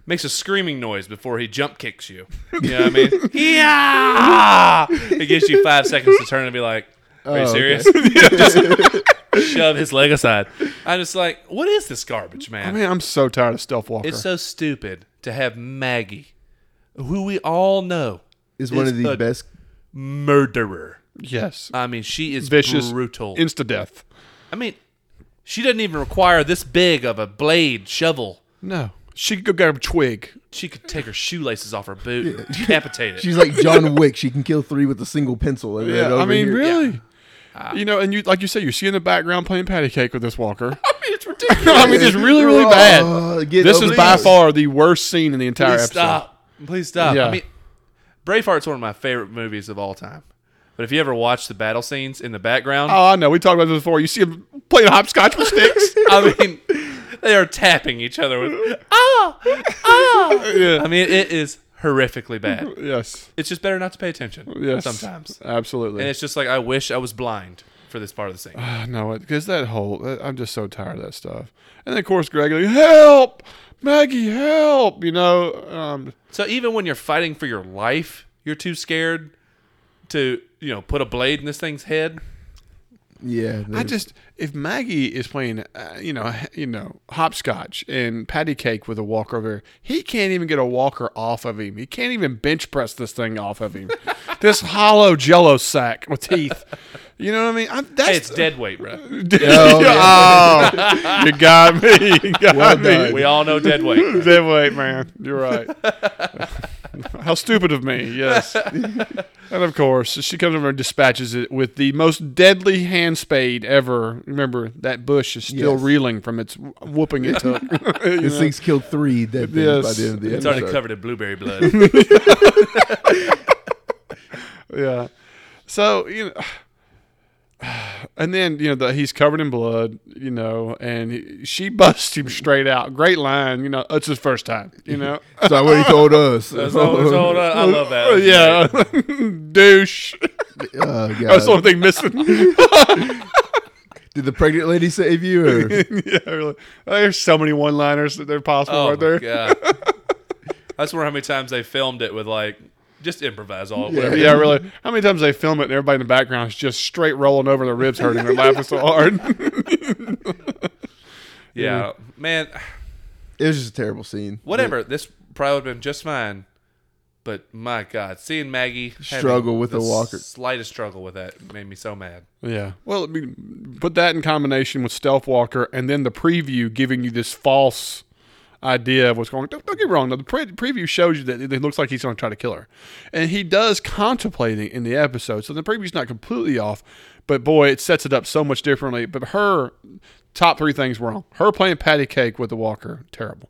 [SPEAKER 2] makes a screaming noise before he jump kicks you. You know what I mean? yeah. It gives you five seconds to turn and be like, Are you
[SPEAKER 3] Oh, okay.
[SPEAKER 2] serious? just shove his leg aside. I'm just like, what is this garbage, man?
[SPEAKER 1] I mean, I'm so tired of Stealth Walker.
[SPEAKER 2] it's so stupid to have Maggie, who we all know
[SPEAKER 3] is one of
[SPEAKER 2] it's
[SPEAKER 3] the
[SPEAKER 2] a-
[SPEAKER 3] best.
[SPEAKER 2] murderer.
[SPEAKER 1] yes.
[SPEAKER 2] I mean, she is
[SPEAKER 1] Vicious.
[SPEAKER 2] brutal.
[SPEAKER 1] Insta death.
[SPEAKER 2] I mean, she doesn't even require this big of a blade shovel.
[SPEAKER 1] No. She could go grab a twig.
[SPEAKER 2] She could take her shoelaces off her boot and decapitate it.
[SPEAKER 3] She's like John Wick. She can kill three with a single pencil. and then
[SPEAKER 1] Yeah, I
[SPEAKER 3] over
[SPEAKER 1] mean,
[SPEAKER 3] here-
[SPEAKER 1] really. you know, and you like you say, you see in the background playing patty cake with this walker.
[SPEAKER 2] it's ridiculous.
[SPEAKER 1] I mean, it's really, really
[SPEAKER 3] Oh,
[SPEAKER 1] bad.
[SPEAKER 3] get
[SPEAKER 1] This
[SPEAKER 3] over
[SPEAKER 1] is by
[SPEAKER 3] this.
[SPEAKER 1] far the worst scene in the entire
[SPEAKER 2] Please
[SPEAKER 1] episode.
[SPEAKER 2] stop. Please stop.
[SPEAKER 1] Yeah.
[SPEAKER 2] I mean, Braveheart's one of my favorite movies of all time. But if you ever watch the battle scenes in the background,
[SPEAKER 1] Oh, I know. We talked about this before. You see him playing hopscotch with sticks.
[SPEAKER 2] I mean, they are tapping each other with ah ah. I mean, it is horrifically bad.
[SPEAKER 1] yes.
[SPEAKER 2] It's just better not to pay attention
[SPEAKER 1] Yes.
[SPEAKER 2] sometimes.
[SPEAKER 1] Absolutely.
[SPEAKER 2] And it's just like I wish I was blind for this part of the scene.
[SPEAKER 1] I know it because that whole that- I'm just so tired of that stuff. And then of course Greg like help, Maggie help. You know, um,
[SPEAKER 2] So even when you're fighting for your life, you're too scared to you know put a blade in this thing's head.
[SPEAKER 3] Yeah,
[SPEAKER 1] I
[SPEAKER 3] the-
[SPEAKER 1] just if Maggie is playing uh, you know h- you know hopscotch and patty cake with a walker over here, he can't even get a walker off of him. He can't even bench press this thing off of him. this hollow Jello sack with teeth. You know what I mean? I, that's
[SPEAKER 2] Hey, it's dead weight, bro.
[SPEAKER 1] oh, you got me. You got
[SPEAKER 3] Well
[SPEAKER 1] me.
[SPEAKER 3] done.
[SPEAKER 2] We all know dead weight. bro.
[SPEAKER 1] Dead weight, man. You're right. How stupid of me. Yes. and of course, she comes over and dispatches it with the most deadly hand spade ever. Remember, that bush is still
[SPEAKER 3] Yes.
[SPEAKER 1] reeling from its whooping it took. You
[SPEAKER 3] this
[SPEAKER 1] know?
[SPEAKER 3] thing's killed three dead things by
[SPEAKER 1] Yes.
[SPEAKER 3] the end of the
[SPEAKER 2] It's
[SPEAKER 3] episode.
[SPEAKER 2] already covered in blueberry blood.
[SPEAKER 1] yeah. So you know, and then you know the, he's covered in blood, you know, and he, she busts him straight out. Great line, you know. It's his first time, you know.
[SPEAKER 3] So what he told us.
[SPEAKER 2] That's all- that's all I I love that.
[SPEAKER 1] yeah, douche.
[SPEAKER 3] Oh, God.
[SPEAKER 1] That's the only thing missing.
[SPEAKER 3] Did the pregnant lady save you? Or?
[SPEAKER 1] yeah, really. Oh, There's so many one-liners that they're possible
[SPEAKER 2] Oh
[SPEAKER 1] right there.
[SPEAKER 2] my god. That's where how many times they filmed it with like just improvise all whatever.
[SPEAKER 1] Yeah, really. How many times they film it and everybody in the background is just straight rolling over their ribs hurting, they're laughing so hard.
[SPEAKER 2] Yeah, man.
[SPEAKER 3] It was just a terrible scene.
[SPEAKER 2] Whatever. This probably would have been just fine. But my God, seeing Maggie having
[SPEAKER 3] Struggle with the walker.
[SPEAKER 2] slightest struggle with that made me so mad.
[SPEAKER 1] yeah. Well, I mean, put that in combination with Stealth Walker, and then the preview giving you this false idea of what's going. Don't, don't get me wrong. though, The pre- preview shows you that it looks like he's going to try to kill her, and he does contemplating in the episode. So the preview's not completely off, but boy, it sets it up so much differently. But her top three things wrong: her playing patty cake with the walker, terrible.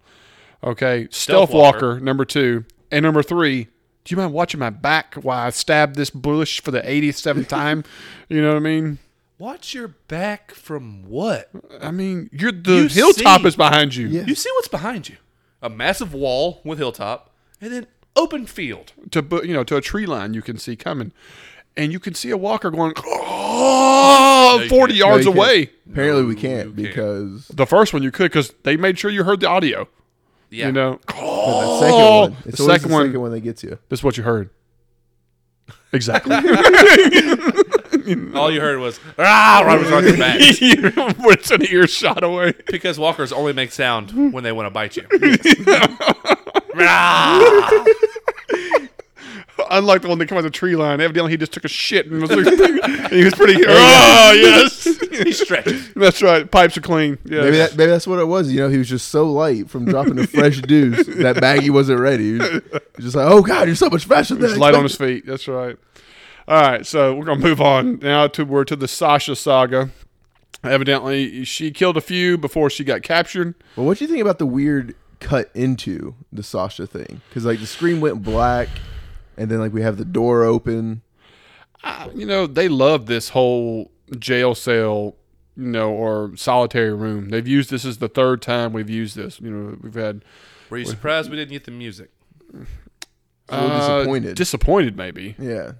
[SPEAKER 1] Okay, stealth,
[SPEAKER 2] Stealth
[SPEAKER 1] walker.
[SPEAKER 2] Walker.
[SPEAKER 1] number two, and number three. Do you mind watching my back while I stab this bush for the 87th time? you know what I mean?
[SPEAKER 2] Watch your back from what?
[SPEAKER 1] I mean, you're the
[SPEAKER 2] You
[SPEAKER 1] hilltop
[SPEAKER 2] see.
[SPEAKER 1] is behind you.
[SPEAKER 3] Yeah.
[SPEAKER 2] You see what's behind you? A massive wall with hilltop, and then open field.
[SPEAKER 1] to bu- you know to a tree line you can see coming, and you can see a walker going oh,
[SPEAKER 2] you
[SPEAKER 1] 40
[SPEAKER 2] can't.
[SPEAKER 3] No,
[SPEAKER 1] yards
[SPEAKER 3] you can't.
[SPEAKER 1] away.
[SPEAKER 3] Apparently, we
[SPEAKER 2] No,
[SPEAKER 3] can't
[SPEAKER 2] you can't.
[SPEAKER 3] because
[SPEAKER 1] The first one you could because they made sure you heard the audio.
[SPEAKER 2] Yeah,
[SPEAKER 1] You know, Oh,
[SPEAKER 3] that second one.
[SPEAKER 1] the
[SPEAKER 3] It's always
[SPEAKER 1] second
[SPEAKER 3] the
[SPEAKER 1] one.
[SPEAKER 3] second one that gets you.
[SPEAKER 1] This is what you heard. Exactly.
[SPEAKER 2] all you heard was "Rah!" right was on your back
[SPEAKER 1] You know, when it's an earshot away.
[SPEAKER 2] because walkers only make sound when they want to bite you. Rah!
[SPEAKER 1] Unlike the one that came out the tree line, evidently he just took a shit and was like, he was pretty. Oh yes,
[SPEAKER 2] He stretches.
[SPEAKER 1] that's right. Pipes are clean. Yeah,
[SPEAKER 3] Maybe that maybe that's what it was. You know, he was just so late from dropping a fresh deuce that Maggie wasn't ready. He was he was just like, oh god, you're so much faster than
[SPEAKER 1] He's
[SPEAKER 3] I
[SPEAKER 1] light on his
[SPEAKER 3] expected."
[SPEAKER 1] feet. That's right. All right, so we're gonna move on now to we're to the Sasha saga. Evidently, she killed a few before she got captured.
[SPEAKER 3] Well, what do you think about the weird cut into the Sasha thing? Because like the screen went black, and then like we have the door open.
[SPEAKER 1] I, you know, they love this whole jail cell, you know, or solitary room. They've used this is the third time we've used this. You know, we've had
[SPEAKER 2] Were you surprised we didn't get the music?
[SPEAKER 3] A little
[SPEAKER 1] uh,
[SPEAKER 3] disappointed.
[SPEAKER 1] disappointed maybe.
[SPEAKER 3] yeah.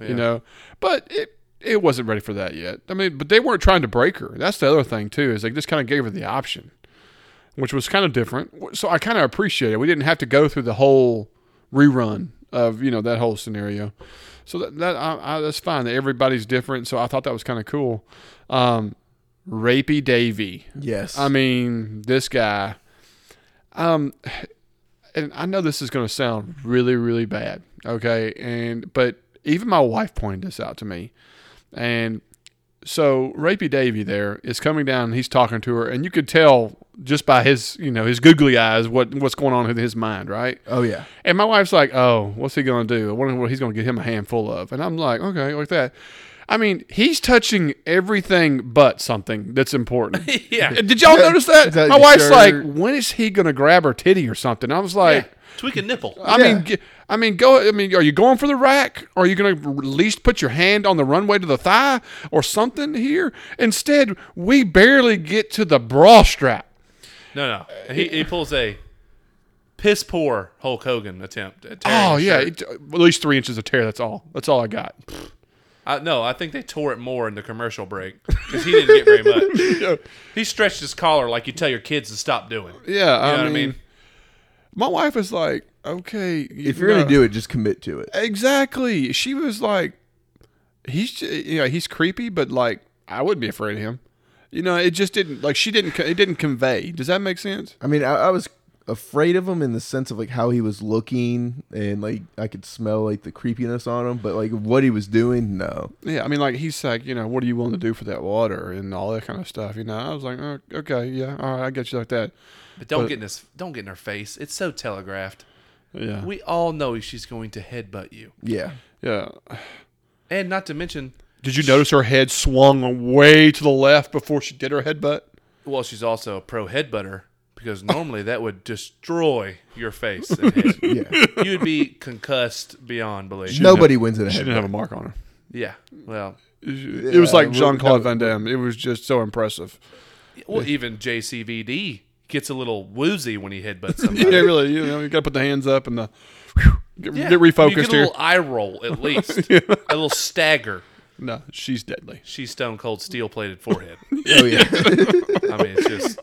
[SPEAKER 2] Yeah.
[SPEAKER 1] you know. But it it wasn't ready for that yet. I mean, but they weren't trying to break her. That's the other thing too is they just kind of gave her the option, which was kind of different. So I kind of appreciate it. We didn't have to go through the whole rerun of you know that whole scenario. So that, that I, I, that's fine. That everybody's different. So I thought that was kind of cool. Um, Rapey Davy.
[SPEAKER 3] Yes.
[SPEAKER 1] I mean, this guy. Um, and I know this is going to sound really, really bad. Okay, and but even my wife pointed this out to me, and so Rapey Davy there is coming down. and He's talking to her, and you could tell just by his, you know, his googly eyes what what's going on in his mind, right?
[SPEAKER 3] oh yeah.
[SPEAKER 1] And my wife's like, "Oh, what's he gonna do? I wonder what he's gonna get him a handful of." And I'm like, "Okay, like that." I mean, he's touching everything but something that's important.
[SPEAKER 2] yeah.
[SPEAKER 1] Uh, Did y'all notice that?
[SPEAKER 3] Is that
[SPEAKER 1] My wife's
[SPEAKER 3] your-
[SPEAKER 1] like, "When is he gonna grab her titty or something?" I was like,
[SPEAKER 2] Tweak a nipple.
[SPEAKER 1] "I
[SPEAKER 3] Yeah.
[SPEAKER 1] mean, g- I mean, go. I mean, are you going for the rack? Are you gonna at least put your hand on the runway to the thigh or something here?" Instead, we barely get to the bra strap.
[SPEAKER 2] No, no. And he, he pulls a piss poor Hulk Hogan attempt at tearing
[SPEAKER 1] Oh
[SPEAKER 2] his
[SPEAKER 1] yeah,
[SPEAKER 2] shirt.
[SPEAKER 1] it- at least three inches of tear. That's all. That's all I got.
[SPEAKER 2] I, no, I think they tore it more in the commercial break because he didn't get very much.
[SPEAKER 1] Yeah.
[SPEAKER 2] He stretched his collar like you tell your kids to stop doing.
[SPEAKER 1] Yeah, I,
[SPEAKER 2] You
[SPEAKER 1] mean,
[SPEAKER 2] know what I mean?
[SPEAKER 1] my wife is like, okay,
[SPEAKER 3] If you're gonna do it, just commit to it.
[SPEAKER 1] exactly, she was like, he's j- you know he's creepy, but like I wouldn't be afraid of him. You know, it just didn't like she didn't co- it didn't convey. Does that make sense?
[SPEAKER 3] I mean, I, I was afraid of him in the sense of like how he was looking and like I could smell like the creepiness on him, but like what he was doing, no.
[SPEAKER 1] Yeah, I mean, like he's like, you know, what are you willing to do for that water and all that kind of stuff? You know, I was like, oh, okay, yeah, all right, I get you like that.
[SPEAKER 2] But don't
[SPEAKER 1] But-
[SPEAKER 2] get in this. Don't get in her face. It's so telegraphed.
[SPEAKER 1] Yeah,
[SPEAKER 2] We all know she's going to headbutt you,
[SPEAKER 3] Yeah.
[SPEAKER 1] yeah.
[SPEAKER 2] and not to mention,
[SPEAKER 1] Did you notice her head swung way to the left before she did her headbutt?
[SPEAKER 2] well, she's also a pro headbutter because normally that would destroy your face. And head.
[SPEAKER 3] Yeah.
[SPEAKER 2] You would be concussed beyond belief.
[SPEAKER 3] Nobody wins in a
[SPEAKER 1] She didn't
[SPEAKER 3] head.
[SPEAKER 1] have a mark on her.
[SPEAKER 2] Yeah. Well,
[SPEAKER 1] It was like
[SPEAKER 3] Yeah,
[SPEAKER 1] Jean Claude Van Damme. It was just so impressive.
[SPEAKER 2] well, even JCVD gets a little woozy when he headbutts
[SPEAKER 1] Yeah,
[SPEAKER 2] somebody.
[SPEAKER 1] really. You know, you got to put the hands up and the get,
[SPEAKER 2] Yeah.
[SPEAKER 1] get
[SPEAKER 2] You get
[SPEAKER 1] refocused
[SPEAKER 2] a
[SPEAKER 1] here.
[SPEAKER 2] little eye roll at least, a little stagger.
[SPEAKER 1] No, she's deadly.
[SPEAKER 2] She's stone cold, steel plated forehead.
[SPEAKER 3] Oh yeah.
[SPEAKER 2] I mean, it's just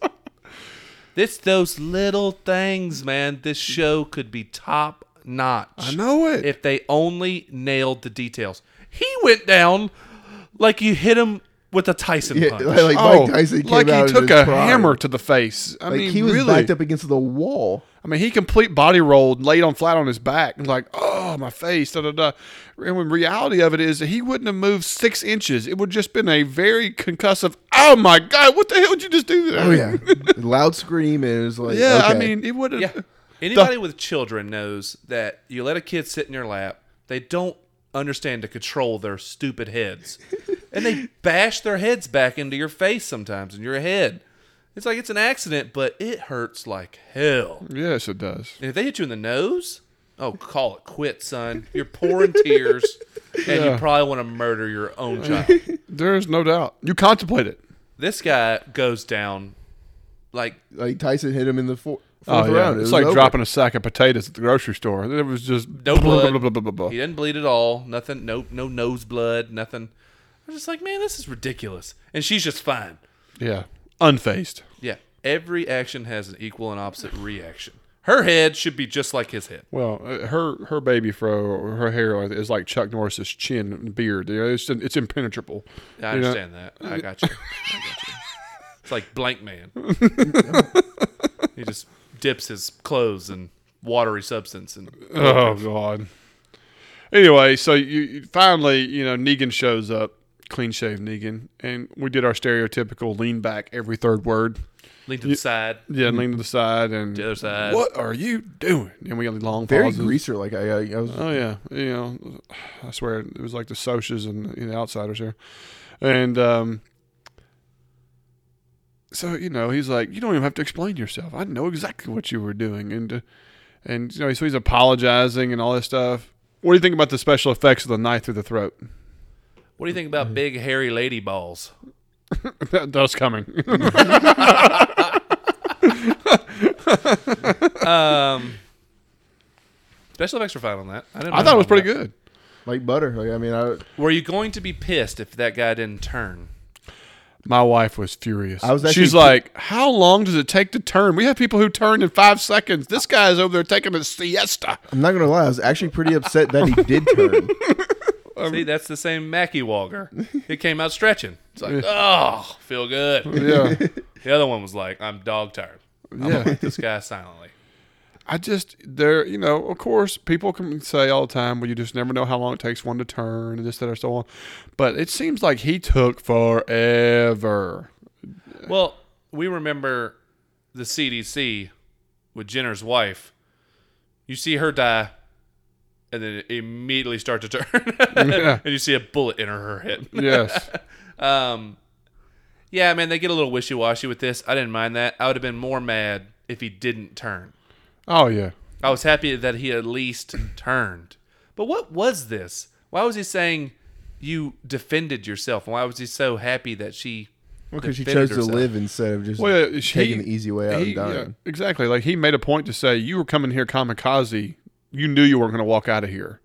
[SPEAKER 2] it's those little things, man. This show could be top notch.
[SPEAKER 1] I know it.
[SPEAKER 2] if they only nailed the details. He went down like you hit him with a Tyson
[SPEAKER 3] Yeah,
[SPEAKER 2] punch.
[SPEAKER 3] like, like
[SPEAKER 1] oh,
[SPEAKER 3] Mike Tyson came
[SPEAKER 1] like he
[SPEAKER 3] out in
[SPEAKER 1] took
[SPEAKER 3] his
[SPEAKER 1] a
[SPEAKER 3] prime.
[SPEAKER 1] hammer to the face. I
[SPEAKER 3] Like
[SPEAKER 1] mean,
[SPEAKER 3] he was
[SPEAKER 1] really.
[SPEAKER 3] backed up against the wall.
[SPEAKER 1] I mean, he complete body rolled, laid on flat on his back, and like, oh, my face, da da da. And when reality of it is, that he wouldn't have moved six inches. It would just been a very concussive. Oh my god, what the hell did you just do there?
[SPEAKER 3] Oh yeah. Loud scream and it was like
[SPEAKER 1] yeah. I
[SPEAKER 3] okay.
[SPEAKER 1] mean, it would have.
[SPEAKER 2] Yeah. Anybody with children knows that you let a kid sit in your lap, they don't understand to control their stupid heads. and they bash their heads back into your face sometimes in your head. It's like it's an accident, but it hurts like hell.
[SPEAKER 1] Yes, it does.
[SPEAKER 2] And if they hit you in the nose, oh, call it quit, son. You're pouring tears, and you
[SPEAKER 1] Yeah.
[SPEAKER 2] probably want to murder your own child.
[SPEAKER 1] There is no doubt. You contemplate it.
[SPEAKER 2] this guy goes down like
[SPEAKER 3] like Tyson hit him in the four,
[SPEAKER 1] Oh,
[SPEAKER 3] fourth round. It
[SPEAKER 1] It's
[SPEAKER 3] was
[SPEAKER 1] like
[SPEAKER 3] over.
[SPEAKER 1] dropping a sack of potatoes at the grocery store. It was just
[SPEAKER 2] No blood.
[SPEAKER 1] blah, blah, blah, blah, blah.
[SPEAKER 2] he didn't bleed at all. Nothing. No. No nose blood. Nothing. I'm just like, man, this is ridiculous. And she's just fine.
[SPEAKER 1] Yeah, unfazed.
[SPEAKER 2] Yeah. Every action has an equal and opposite reaction. Her head should be just like his head.
[SPEAKER 1] Well, uh, her her baby fro, or her hair is like Chuck Norris's chin and beard. You know, it's it's impenetrable.
[SPEAKER 2] I
[SPEAKER 1] You know?
[SPEAKER 2] understand that. I got you. I got you. It's like Blank Man. he just dips his clothes in watery substance and
[SPEAKER 1] Oh God. Anyway, so you you- finally, you know, Negan shows up, clean shaved Negan, and we did our stereotypical lean back every third word.
[SPEAKER 2] lean to the side,
[SPEAKER 1] Yeah,
[SPEAKER 3] Mm-hmm.
[SPEAKER 1] lean to the side and
[SPEAKER 2] the other side.
[SPEAKER 1] What are you doing? And we got long
[SPEAKER 3] very
[SPEAKER 1] pauses.
[SPEAKER 3] greaser. Like I, I, I was
[SPEAKER 1] Oh yeah, you know, I swear it was like the socias and you know, outsiders here, and um, so you know he's like, you don't even have to explain yourself. I know exactly what you were doing, and uh, and you know so he's apologizing and all this stuff. What do you think about the special effects of the knife through the throat?
[SPEAKER 2] What do you think about big hairy lady balls?
[SPEAKER 1] that, that was coming.
[SPEAKER 2] Um, special effects were fine on that. I, didn't
[SPEAKER 1] I thought it was pretty good.
[SPEAKER 3] like butter. Like I mean, I,
[SPEAKER 2] Were you going to be pissed if that guy didn't turn?
[SPEAKER 1] My wife was furious.
[SPEAKER 3] I was actually
[SPEAKER 1] She's
[SPEAKER 3] ki-
[SPEAKER 1] like, "How long does it take to turn? We have people who turn in five seconds. This guy's over there taking a siesta."
[SPEAKER 3] I'm not gonna lie. I was actually pretty upset that he did turn.
[SPEAKER 1] Um,
[SPEAKER 2] See, that's the same Mackie Walker. It came out stretching. It's like, oh, feel good.
[SPEAKER 1] Yeah,
[SPEAKER 2] The other one was like, I'm dog tired. I'm gonna
[SPEAKER 1] yeah.
[SPEAKER 2] let this guy silently.
[SPEAKER 1] I just there, you know. Of course, people can say all the time, "Well, you just never know how long it takes one to turn," and this, that, or so on. But it seems like he took forever.
[SPEAKER 2] Well, we remember the CDC with Jenner's wife. You see her die, and then immediately start to turn, and you see a bullet enter her head.
[SPEAKER 1] Yes,
[SPEAKER 2] Um, yeah, man, they get a little wishy washy with this. I didn't mind that. I would have been more mad if he didn't turn.
[SPEAKER 1] oh yeah,
[SPEAKER 2] I was happy that he at least turned. But what was this? Why was he saying you defended yourself? Why was he so happy that she?
[SPEAKER 3] because she chose
[SPEAKER 2] defended
[SPEAKER 3] to
[SPEAKER 2] herself?
[SPEAKER 3] live instead of just
[SPEAKER 1] well, yeah,
[SPEAKER 3] taking
[SPEAKER 1] he-
[SPEAKER 3] the easy way out
[SPEAKER 1] he-
[SPEAKER 3] and dying.
[SPEAKER 1] yeah, exactly. Like he made a point to say, "You were coming here kamikaze. You knew you weren't going to walk out of here.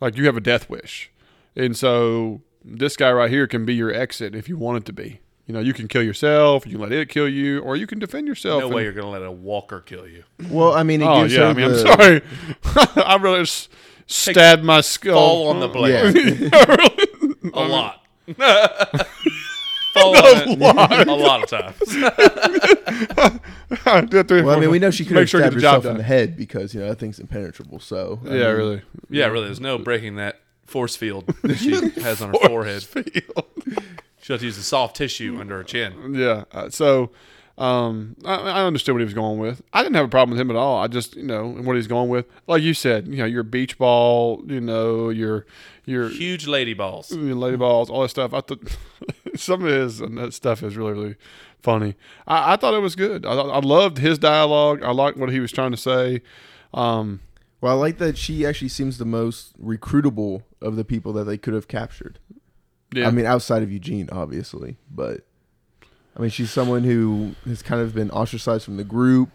[SPEAKER 1] Like you have a death wish." And so this guy right here can be your exit if you want it to be. You know, you can kill yourself, you can let it kill you, or you can defend yourself.
[SPEAKER 2] No
[SPEAKER 1] and-
[SPEAKER 2] way you're gonna let a walker kill you.
[SPEAKER 3] Well, I mean, it
[SPEAKER 1] Oh
[SPEAKER 3] gives
[SPEAKER 1] yeah,
[SPEAKER 3] her
[SPEAKER 1] I mean,
[SPEAKER 3] the-
[SPEAKER 1] I'm sorry. I really s- stabbed my skull
[SPEAKER 2] Fall on the blade a lot. Fall on it a lot of times.
[SPEAKER 3] Well, I mean, we know she could
[SPEAKER 1] Make
[SPEAKER 3] have
[SPEAKER 1] sure to
[SPEAKER 3] stabbed
[SPEAKER 1] get the job
[SPEAKER 3] herself in
[SPEAKER 1] done.
[SPEAKER 3] the head because you know that thing's impenetrable. So I
[SPEAKER 1] yeah,
[SPEAKER 3] mean,
[SPEAKER 1] really.
[SPEAKER 2] Yeah, really. There's no breaking that force field that she has on her forehead. She'll have to use the soft tissue under her chin.
[SPEAKER 1] Yeah. Uh, so um, I, I understood what he was going with. I didn't have a problem with him at all. I just, you know, what he's going with. Like you said, you know, your beach ball, you know, your your
[SPEAKER 2] Huge lady balls.
[SPEAKER 1] your lady balls, all that stuff. I thought some of his and that stuff is really really funny. I, I thought it was good. I, I loved his dialogue. I liked what he was trying to say. Um,
[SPEAKER 3] Well, I like that she actually seems the most recruitable of the people that they could have captured.
[SPEAKER 1] yeah.
[SPEAKER 3] I mean, outside of Eugene, obviously, but I mean, she's someone who has kind of been ostracized from the group.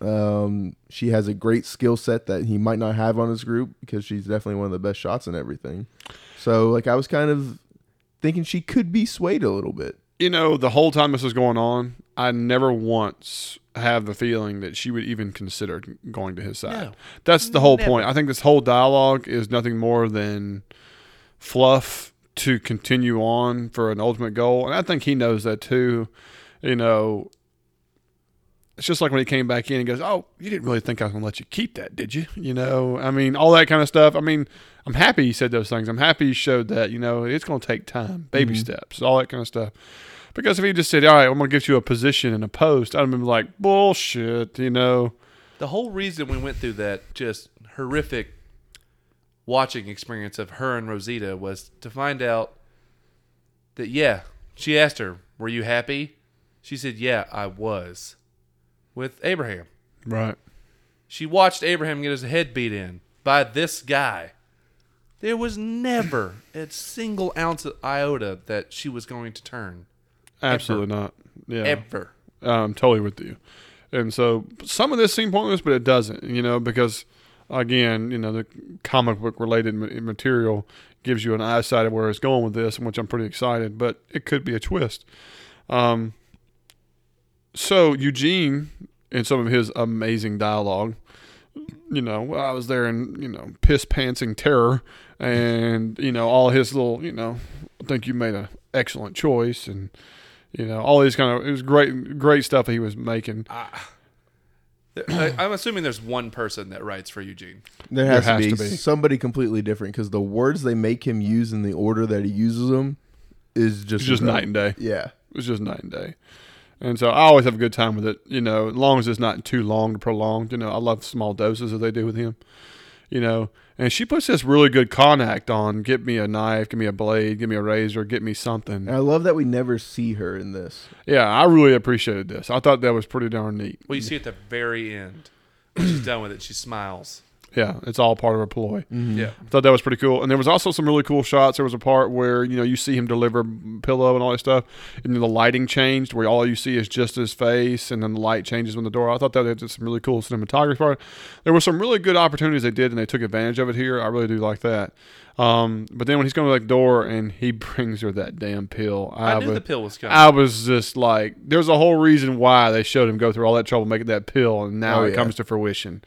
[SPEAKER 3] Um, she has a great skill set that he might not have on his group because she's definitely one of the best shots and everything. So, like, I was kind of thinking she could be swayed a little bit.
[SPEAKER 1] you know, the whole time this was going on, I never once have the feeling that she would even consider going to his side.
[SPEAKER 2] No.
[SPEAKER 1] That's the whole
[SPEAKER 2] Never.
[SPEAKER 1] point. I think this whole dialogue is nothing more than fluff to continue on for an ultimate goal, and I think he knows that too. You know, it's just like when he came back in and goes, "Oh, you didn't really think I was going to let you keep that, did you?" You know, I mean, all that kind of stuff. I mean, I'm happy he said those things. I'm happy he showed that. You know, it's going to take time, baby steps, all that kind of stuff. Because if he just said, "All right, I'm going to get you a position and a post," I'd have been like, "Bullshit," you know.
[SPEAKER 2] The whole reason we went through that just horrific watching experience of her and Rosita was to find out that, yeah, she asked her, Were you happy? She said, Yeah, I was with Abraham.
[SPEAKER 1] Right.
[SPEAKER 2] She watched Abraham get his head beat in by this guy. There was never a single ounce of iota that she was going to turn.
[SPEAKER 1] Absolutely not. Yeah.
[SPEAKER 2] Ever.
[SPEAKER 1] I'm totally with you. And so some of this seemed pointless, but it doesn't, you know, because again, you know, the comic book related ma- material gives you an eyesight of where it's going with this, which I'm pretty excited, but it could be a twist. Um, so Eugene and some of his amazing dialogue, you know, well, I was there in, you know, piss pantsing terror and, you know, all his little, you know, I think you made an excellent choice and, you know, all these kind of it was great, great stuff he was making.
[SPEAKER 2] There- I- I'm assuming there's one person that writes for Eugene.
[SPEAKER 3] There has,
[SPEAKER 1] has
[SPEAKER 3] to, be
[SPEAKER 1] to be.
[SPEAKER 3] somebody completely different because the words they make him use in the order that he uses them is just
[SPEAKER 1] It's just night and day.
[SPEAKER 3] Yeah,
[SPEAKER 1] It's just night and day. And so I always have a good time with it. You know, as long as it's not too long to prolonged. You know, I love small doses that they do with him. You know, and she puts this really good con act on. Get me a knife. Give me a blade. Give me a razor. Get me something.
[SPEAKER 3] and I love that we never see her in this.
[SPEAKER 1] Yeah, I really appreciated this. I thought that was pretty darn neat.
[SPEAKER 2] Well, you see at the very end, when she's done with it, she smiles.
[SPEAKER 1] Yeah, it's all part of a ploy.
[SPEAKER 2] Yeah.
[SPEAKER 1] I thought that was pretty cool. And there was also some really cool shots. There was a part where, you know, you see him deliver pillow and all that stuff, and then the lighting changed where all you see is just his face, and then the light changes on the door. I thought that was some really cool cinematography part. There were some really good opportunities they did, and they took advantage of it here. I really do like that. Um, but then when he's going to the door and he brings her that damn pill,
[SPEAKER 2] I,
[SPEAKER 1] I,
[SPEAKER 2] knew
[SPEAKER 1] was,
[SPEAKER 2] the pill was coming.
[SPEAKER 1] I was just like, there's a whole reason why they showed him go through all that trouble making that pill, and now
[SPEAKER 3] Oh,
[SPEAKER 1] it
[SPEAKER 3] yeah.
[SPEAKER 1] comes to fruition.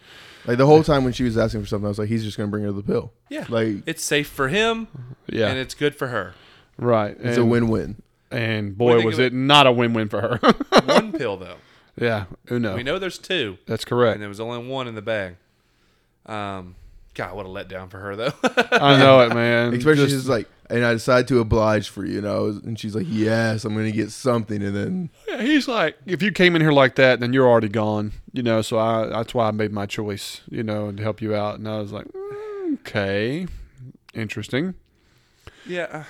[SPEAKER 3] Like the whole time when she was asking for something, I was like, he's just gonna bring her the pill.
[SPEAKER 2] yeah.
[SPEAKER 3] Like
[SPEAKER 2] it's safe for him,
[SPEAKER 1] Yeah,
[SPEAKER 2] and it's good for her.
[SPEAKER 1] right. and,
[SPEAKER 3] it's a win-win.
[SPEAKER 1] And
[SPEAKER 2] do you
[SPEAKER 1] boy,
[SPEAKER 2] think
[SPEAKER 1] was
[SPEAKER 2] of it-
[SPEAKER 1] it not a win-win for her.
[SPEAKER 2] One pill, though.
[SPEAKER 1] Yeah, Uno.
[SPEAKER 2] We know there's two,
[SPEAKER 1] That's
[SPEAKER 2] and
[SPEAKER 1] correct.
[SPEAKER 2] there was only one in the bag. Um, God, what a letdown for her, though.
[SPEAKER 1] I know it, man.
[SPEAKER 3] Especially
[SPEAKER 1] Just-
[SPEAKER 3] she's like, and I decided to oblige for you, and I was, and she's like, yes, I'm gonna get something, and then
[SPEAKER 1] he's like, if you came in here like that, then you're already gone. You know, so I that's why I made my choice. You know, to help you out. And I was like, "Mm, okay, interesting.
[SPEAKER 2] yeah. uh,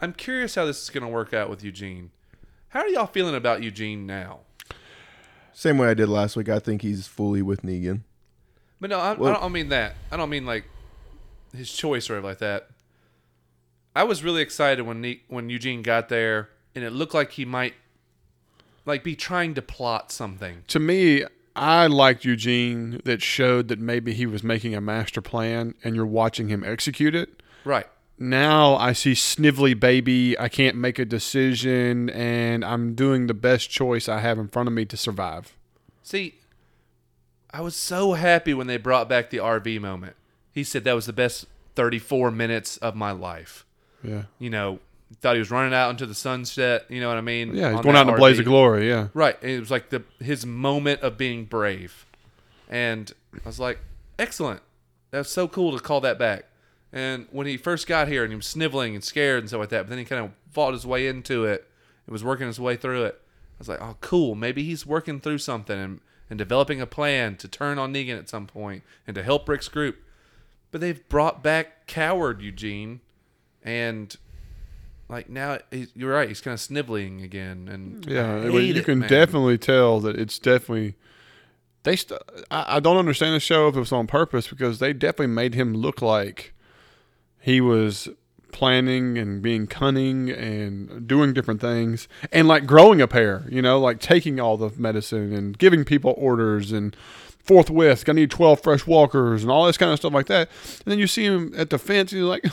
[SPEAKER 2] I'm curious how this is going to work out with Eugene. How are y'all feeling about Eugene now?
[SPEAKER 3] same way I did last week. I think he's fully with Negan.
[SPEAKER 2] But no, I,
[SPEAKER 3] Well-
[SPEAKER 2] I don't mean that. I don't mean like his choice or like that. I was really excited when ne- when Eugene got there, and it looked like he might like be trying to plot something.
[SPEAKER 1] To me, I liked Eugene that showed that maybe he was making a master plan, and you're watching him execute it.
[SPEAKER 2] Right.
[SPEAKER 1] now I see snivelly baby. I can't make a decision, and I'm doing the best choice I have in front of me to survive.
[SPEAKER 2] See, I was so happy when they brought back the RV moment. He said that was the best 34 minutes of my life.
[SPEAKER 1] Yeah,
[SPEAKER 2] You know, thought he was running out into the sunset. You know what I mean?
[SPEAKER 1] yeah. He's
[SPEAKER 2] on
[SPEAKER 1] going
[SPEAKER 2] that
[SPEAKER 1] out in a blaze
[SPEAKER 2] RV.
[SPEAKER 1] of glory. Yeah,
[SPEAKER 2] Right. And it was like the his moment of being brave. And I was like, excellent. That's so cool to call that back. And when he first got here and he was sniveling and scared and stuff like that, but then he kind of fought his way into it and was working his way through it. I was like, oh, cool. Maybe he's working through something and, and developing a plan to turn on Negan at some point and to help Rick's group. But they've brought back coward Eugene and. Like now, he- you're right. He's kind of sniveling again, and I
[SPEAKER 1] yeah. it- you
[SPEAKER 2] hate it,
[SPEAKER 1] can
[SPEAKER 2] man.
[SPEAKER 1] definitely tell that it's definitely. They, st- I, I don't understand the show if it was on purpose because they definitely made him look like he was planning and being cunning and doing different things and like growing a pair, you know, like taking all the medicine and giving people orders and forthwith, gonna need 12 fresh walkers and all this kind of stuff like that. And then you see him at the fence and you're like,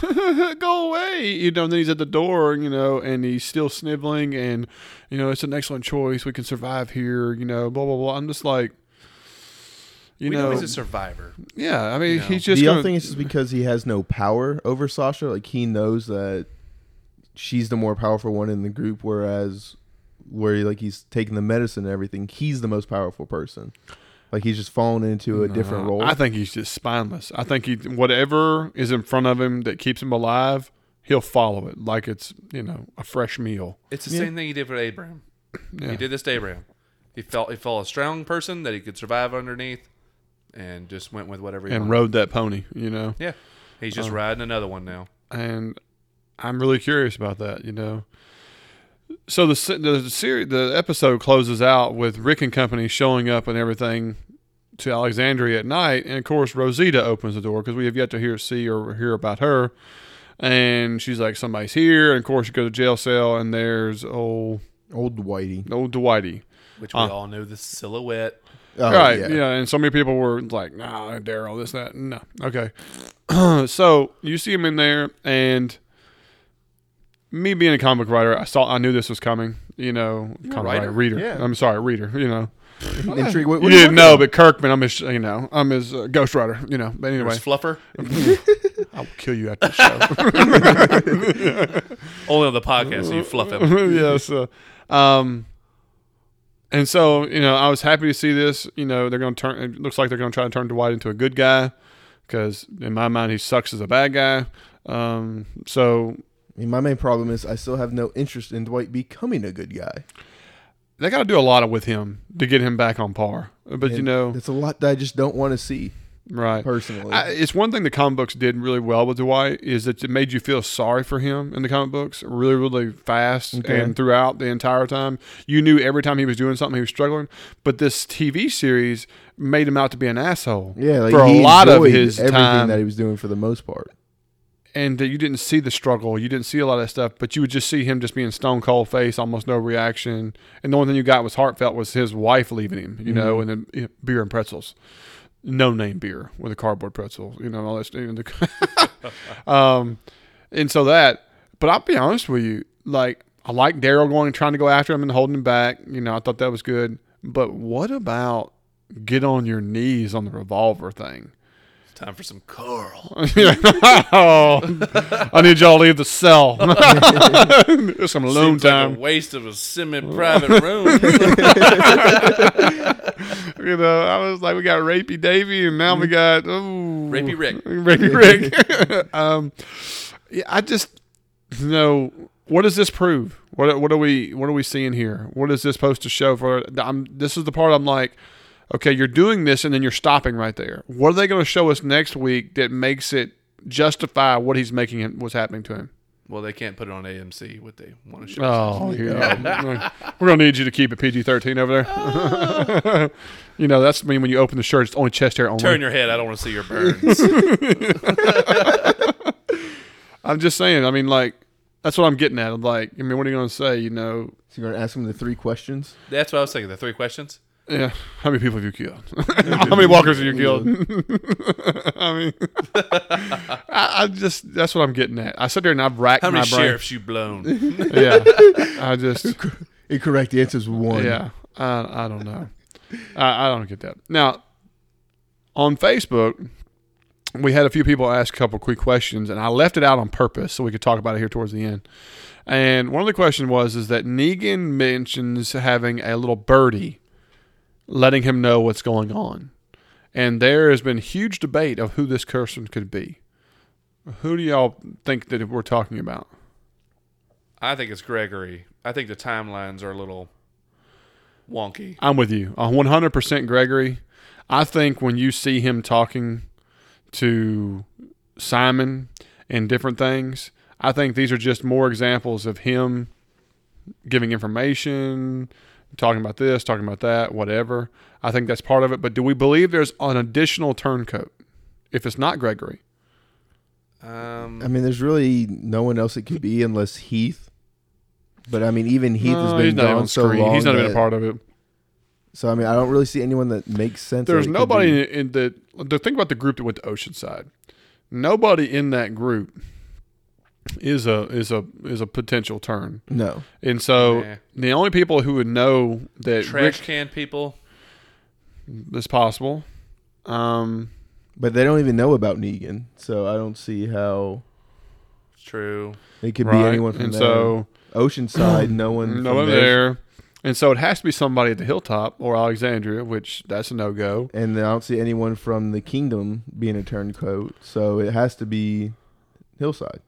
[SPEAKER 1] go away, you know, and then he's at the door, you know, and he's still sniveling and, you know, it's an excellent choice. We can survive here, you know, blah, blah, blah. I'm just like, you
[SPEAKER 2] we
[SPEAKER 1] know,
[SPEAKER 2] know, he's a survivor.
[SPEAKER 1] yeah, I mean,
[SPEAKER 2] you know.
[SPEAKER 1] he's just
[SPEAKER 3] the
[SPEAKER 1] gonna,
[SPEAKER 3] other thing is just because he has no power over Sasha. Like he knows that she's the more powerful one in the group, whereas where he, like he's taking the medicine and everything, he's the most powerful person. Like he's just fallen into a different
[SPEAKER 1] No,
[SPEAKER 3] role.
[SPEAKER 1] Uh, I think he's just spineless. I think he whatever is in front of him that keeps him alive, he'll follow it like it's you know a fresh meal.
[SPEAKER 2] It's the
[SPEAKER 3] Yeah.
[SPEAKER 2] same thing he did with Abraham.
[SPEAKER 1] Yeah.
[SPEAKER 2] He did this to Abraham. He felt he felt a strong person that he could survive underneath, and just went with whatever he
[SPEAKER 1] and Uh.
[SPEAKER 2] wanted.
[SPEAKER 1] rode that pony, you know.
[SPEAKER 2] yeah, he's just riding another one now.
[SPEAKER 1] And I'm really curious about that, you know. So the se- the series the episode closes out with Rick and company showing up and everything to Alexandria at night, and of course Rosita opens the door because we have yet to hear see or hear about her. And she's like, somebody's here. And of course, you go to jail cell, and there's oh, old
[SPEAKER 3] Old Whitey.
[SPEAKER 1] old Dwighty.
[SPEAKER 2] Which
[SPEAKER 1] Uh.
[SPEAKER 2] we all know the silhouette.
[SPEAKER 3] Oh,
[SPEAKER 1] right.
[SPEAKER 3] yeah.
[SPEAKER 1] Yeah. And so many people were like, nah, Daryl, this, that. No. Okay. so you see him in there, and me being a comic writer, I saw, I knew this was coming. You know, comic
[SPEAKER 2] writer?
[SPEAKER 1] writer, reader.
[SPEAKER 3] Yeah.
[SPEAKER 1] I'm sorry, reader. You know,
[SPEAKER 3] Intrigue. What,
[SPEAKER 1] you
[SPEAKER 3] what are
[SPEAKER 1] didn't
[SPEAKER 3] working
[SPEAKER 1] know,
[SPEAKER 3] on?
[SPEAKER 1] but Kirkman, I'm his, you know, I'm his uh, ghostwriter. You know, but anyway,
[SPEAKER 2] There's Fluffer.
[SPEAKER 1] I will kill you after the show.
[SPEAKER 2] Only on the podcast you fluff him.
[SPEAKER 1] yes. Uh, um, and so you know, I was happy to see this. You know, they're going to turn. It looks like they're going to try to turn Dwight into a good guy because in my mind he sucks as a bad guy. Um, so
[SPEAKER 3] I mean, my main problem is I still have no interest in Dwight becoming a good guy.
[SPEAKER 1] they got to do a lot with him to get him back on par. But you
[SPEAKER 3] And
[SPEAKER 1] know,
[SPEAKER 3] it's a lot that I just don't want to see
[SPEAKER 1] right?
[SPEAKER 3] personally.
[SPEAKER 1] I, it's one thing the comic books did really well with Dwight is that it made you feel sorry for him in the comic books really, really fast
[SPEAKER 3] Okay.
[SPEAKER 1] and throughout the entire time. You knew every time he was doing something, he was struggling. But this TV series made him out to be an asshole
[SPEAKER 3] yeah, like
[SPEAKER 1] for a
[SPEAKER 3] he
[SPEAKER 1] lot of
[SPEAKER 3] enjoyed
[SPEAKER 1] his
[SPEAKER 3] everything
[SPEAKER 1] time.
[SPEAKER 3] that he was doing for the most part.
[SPEAKER 1] and that you didn't see the struggle. You didn't see a lot of that stuff, but you would just see him just being stone cold face, almost no reaction. And the only thing you got was heartfelt was his wife leaving him, you know, and then you know, beer and pretzels. No name beer with a cardboard pretzel, you know, and all that stuff. And the- um, and so that, but I'll be honest with you, like, I like Daryl going and trying to go after him and holding him back. You know, I thought that was good. But what about get on your knees on the revolver thing?
[SPEAKER 2] It's time for some Carl.
[SPEAKER 1] oh, I need y'all to leave the cell. There's some alone
[SPEAKER 2] Seems like
[SPEAKER 1] time.
[SPEAKER 2] a waste of a semi-private room.
[SPEAKER 1] you know, I was like, we got Rapey Davy, and now we got ooh,
[SPEAKER 2] Rapey Rick.
[SPEAKER 1] Rapey Rick. um, yeah, I just you know what does this prove? What what are we what are we seeing here? What is this supposed to show for? I'm this is the part I'm like. Okay, you're doing this and then you're stopping right there. What are they going to show us next week that makes it justify what he's making him, what's happening to him?
[SPEAKER 2] well, they can't put it on AMC. What they want to show.
[SPEAKER 1] Oh, yeah. We're gonna need you to keep it PG thirteen over there. you know, that's mean when you open the shirt, it's only chest hair only.
[SPEAKER 2] Turn your head. I don't want to see your burns.
[SPEAKER 1] I'm just saying. I mean, like that's what I'm getting at. I'm like, I mean, what are you gonna say? You know,
[SPEAKER 3] So you're going to ask him the three questions?
[SPEAKER 2] That's what I was thinking. The three questions.
[SPEAKER 1] Yeah. How many people have you killed? How many walkers have you killed? I mean, I, I just, that's what I'm getting at. I sit there and I've racked
[SPEAKER 2] How many
[SPEAKER 1] my brain.
[SPEAKER 2] sheriffs you blown?
[SPEAKER 1] Yeah. I just,
[SPEAKER 3] Incorrect answer is one.
[SPEAKER 1] yeah. I, I don't know. I, I don't get that. Now, on Facebook, we had a few people ask a couple quick questions, and I left it out on purpose so we could talk about it here towards the end. And one of the questions was is that Negan mentions having a little birdie letting him know what's going on. And there has been huge debate of who this person could be. Who do y'all think that we're talking about?
[SPEAKER 2] I think it's Gregory. I think the timelines are a little wonky.
[SPEAKER 1] I'm with you. Uh, 100% Gregory. I think when you see him talking to Simon and different things, I think these are just more examples of him giving information, talking about this, talking about that, whatever. I think that's part of it. But do we believe there's an additional turncoat if it's not Gregory?
[SPEAKER 2] Um,
[SPEAKER 3] I mean, there's really no one else it could be unless Heath. But I mean, even Heath has
[SPEAKER 1] No,
[SPEAKER 3] been
[SPEAKER 1] Uh, he's not
[SPEAKER 3] gone
[SPEAKER 1] on
[SPEAKER 3] so
[SPEAKER 1] screen.
[SPEAKER 3] long.
[SPEAKER 1] He's not even a
[SPEAKER 3] that-
[SPEAKER 1] part of it.
[SPEAKER 3] So I mean, I don't really see anyone that makes sense. that
[SPEAKER 1] There's
[SPEAKER 3] it could
[SPEAKER 1] nobody
[SPEAKER 3] be.
[SPEAKER 1] in, in the the thing about the group that went to Oceanside. Nobody in that group is a is a is a potential turn,
[SPEAKER 3] No,
[SPEAKER 1] and so
[SPEAKER 2] Yeah.
[SPEAKER 1] the only people who would know that
[SPEAKER 2] trash
[SPEAKER 1] Rick
[SPEAKER 2] can people.
[SPEAKER 1] is possible. Um,
[SPEAKER 3] but they don't even know about Negan, so I don't see how
[SPEAKER 2] It's true.
[SPEAKER 3] it could
[SPEAKER 1] right?
[SPEAKER 3] be anyone from
[SPEAKER 1] and
[SPEAKER 3] there.
[SPEAKER 1] so
[SPEAKER 3] Oceanside, no one,
[SPEAKER 1] Mm, no
[SPEAKER 3] from
[SPEAKER 1] one there, and so it has to be somebody at the Hilltop or Alexandria, which that's a no go.
[SPEAKER 3] and I don't see anyone from the kingdom being a turncoat. So it has to be Hillside.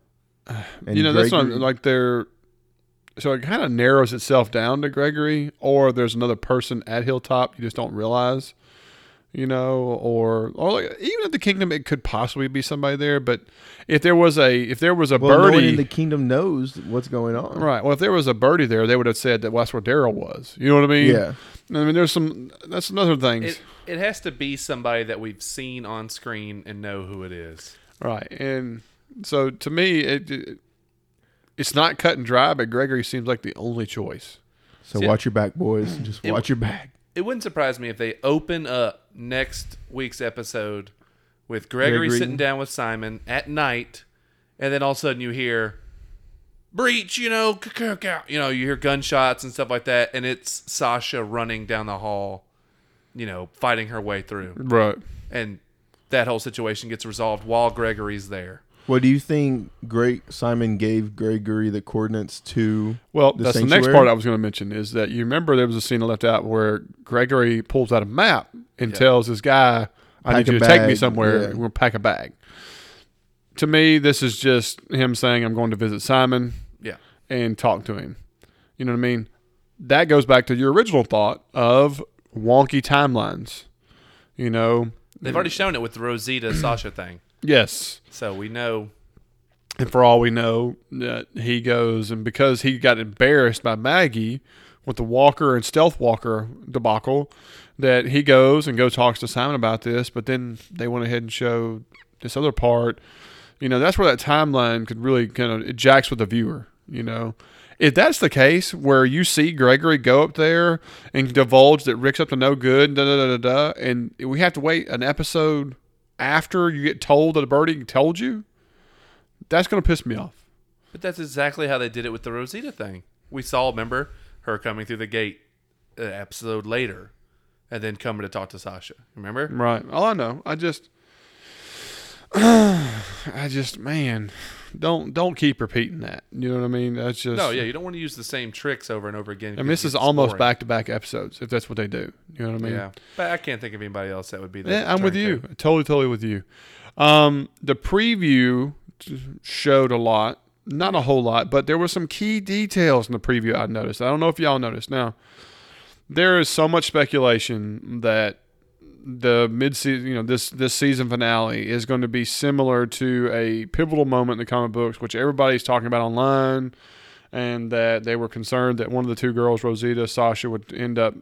[SPEAKER 3] And
[SPEAKER 1] you know, that's not
[SPEAKER 3] Gregory-
[SPEAKER 1] like they're. So it kind of narrows itself down to Gregory, or there's another person at Hilltop you just don't realize, you know, or or like, even at the Kingdom it could possibly be somebody there. But if there was a if there was a
[SPEAKER 3] well, no one
[SPEAKER 1] birdie,
[SPEAKER 3] in the kingdom knows what's going on.
[SPEAKER 1] right? Well, if there was a birdie there, they would have said that that's where Daryl was. You know what I mean?
[SPEAKER 3] Yeah.
[SPEAKER 1] I mean, there's some. That's another thing.
[SPEAKER 2] It it has to be somebody that we've seen on screen and know who it is.
[SPEAKER 1] Right. And so to me, it, it it's not cut and dry. But Gregory seems like the only choice.
[SPEAKER 3] So
[SPEAKER 2] See,
[SPEAKER 3] watch your back, boys. Just
[SPEAKER 2] it-
[SPEAKER 3] watch your back.
[SPEAKER 2] It wouldn't surprise me if they open up next week's episode with Gregory,
[SPEAKER 3] Gregory.
[SPEAKER 2] sitting down with Simon at night, and then all of a sudden you hear breach, you know, k-k-k-k," you know, you hear gunshots and stuff like that, and it's Sasha running down the hall, you know, fighting her way through,
[SPEAKER 1] Right.
[SPEAKER 2] and that whole situation gets resolved while Gregory's there.
[SPEAKER 3] Well, do you think Great Simon gave Gregory the coordinates to?
[SPEAKER 1] Well,
[SPEAKER 3] the
[SPEAKER 1] that's the next
[SPEAKER 3] sanctuary?
[SPEAKER 1] part I was going to mention is that you remember there was a scene left out where Gregory pulls out a map and tells his guy, "I
[SPEAKER 3] Pack
[SPEAKER 1] need
[SPEAKER 3] a
[SPEAKER 1] you to take me
[SPEAKER 3] bag,
[SPEAKER 1] somewhere.
[SPEAKER 3] yeah.
[SPEAKER 1] We're gonna pack a bag." To me, this is just him saying, "I'm going to visit Simon
[SPEAKER 2] Yeah.
[SPEAKER 1] and talk to him." You know what I mean? That goes back to your original thought of wonky timelines. You know?
[SPEAKER 2] They've already shown it with the Rosita Sasha thing.
[SPEAKER 1] Yes.
[SPEAKER 2] So we know
[SPEAKER 1] And for all we know, that he goes and because he got embarrassed by Maggie with the Walker and Stealth Walker debacle, that he goes and go talks to Simon about this. But then they went ahead and showed this other part. You know, that's where that timeline could really kind of it jacks with the viewer. You know, if that's the case where you see Gregory go up there and divulge that Rick's up to no good, da da da da, da and we have to wait an episode after you get told that a birdie told you. That's gonna piss me off.
[SPEAKER 2] But that's exactly how they did it with the Rosita thing. We saw, remember, her coming through the gate an episode later and then coming to talk to Sasha. Remember?
[SPEAKER 1] Right. Oh, I know. I just, I just, man, don't don't keep repeating that. You know what I mean? That's just.
[SPEAKER 2] No, yeah, you don't want to use the same tricks over and over again.
[SPEAKER 1] And
[SPEAKER 2] because
[SPEAKER 1] this is
[SPEAKER 2] it's
[SPEAKER 1] almost
[SPEAKER 2] boring.
[SPEAKER 1] back to back episodes if that's what they do. You know what I mean?
[SPEAKER 2] Yeah. But I can't think of anybody else that would be the
[SPEAKER 1] Yeah, I'm with you.
[SPEAKER 2] turncoat.
[SPEAKER 1] Totally, totally with you. Um, the preview t- showed a lot, not a whole lot, but there were some key details in the preview I noticed. I don't know if y'all noticed. Now, there is so much speculation that the mid-season, you know, this this season finale is going to be similar to a pivotal moment in the comic books, which everybody's talking about online, and that they were concerned that one of the two girls, Rosita, Sasha, would end up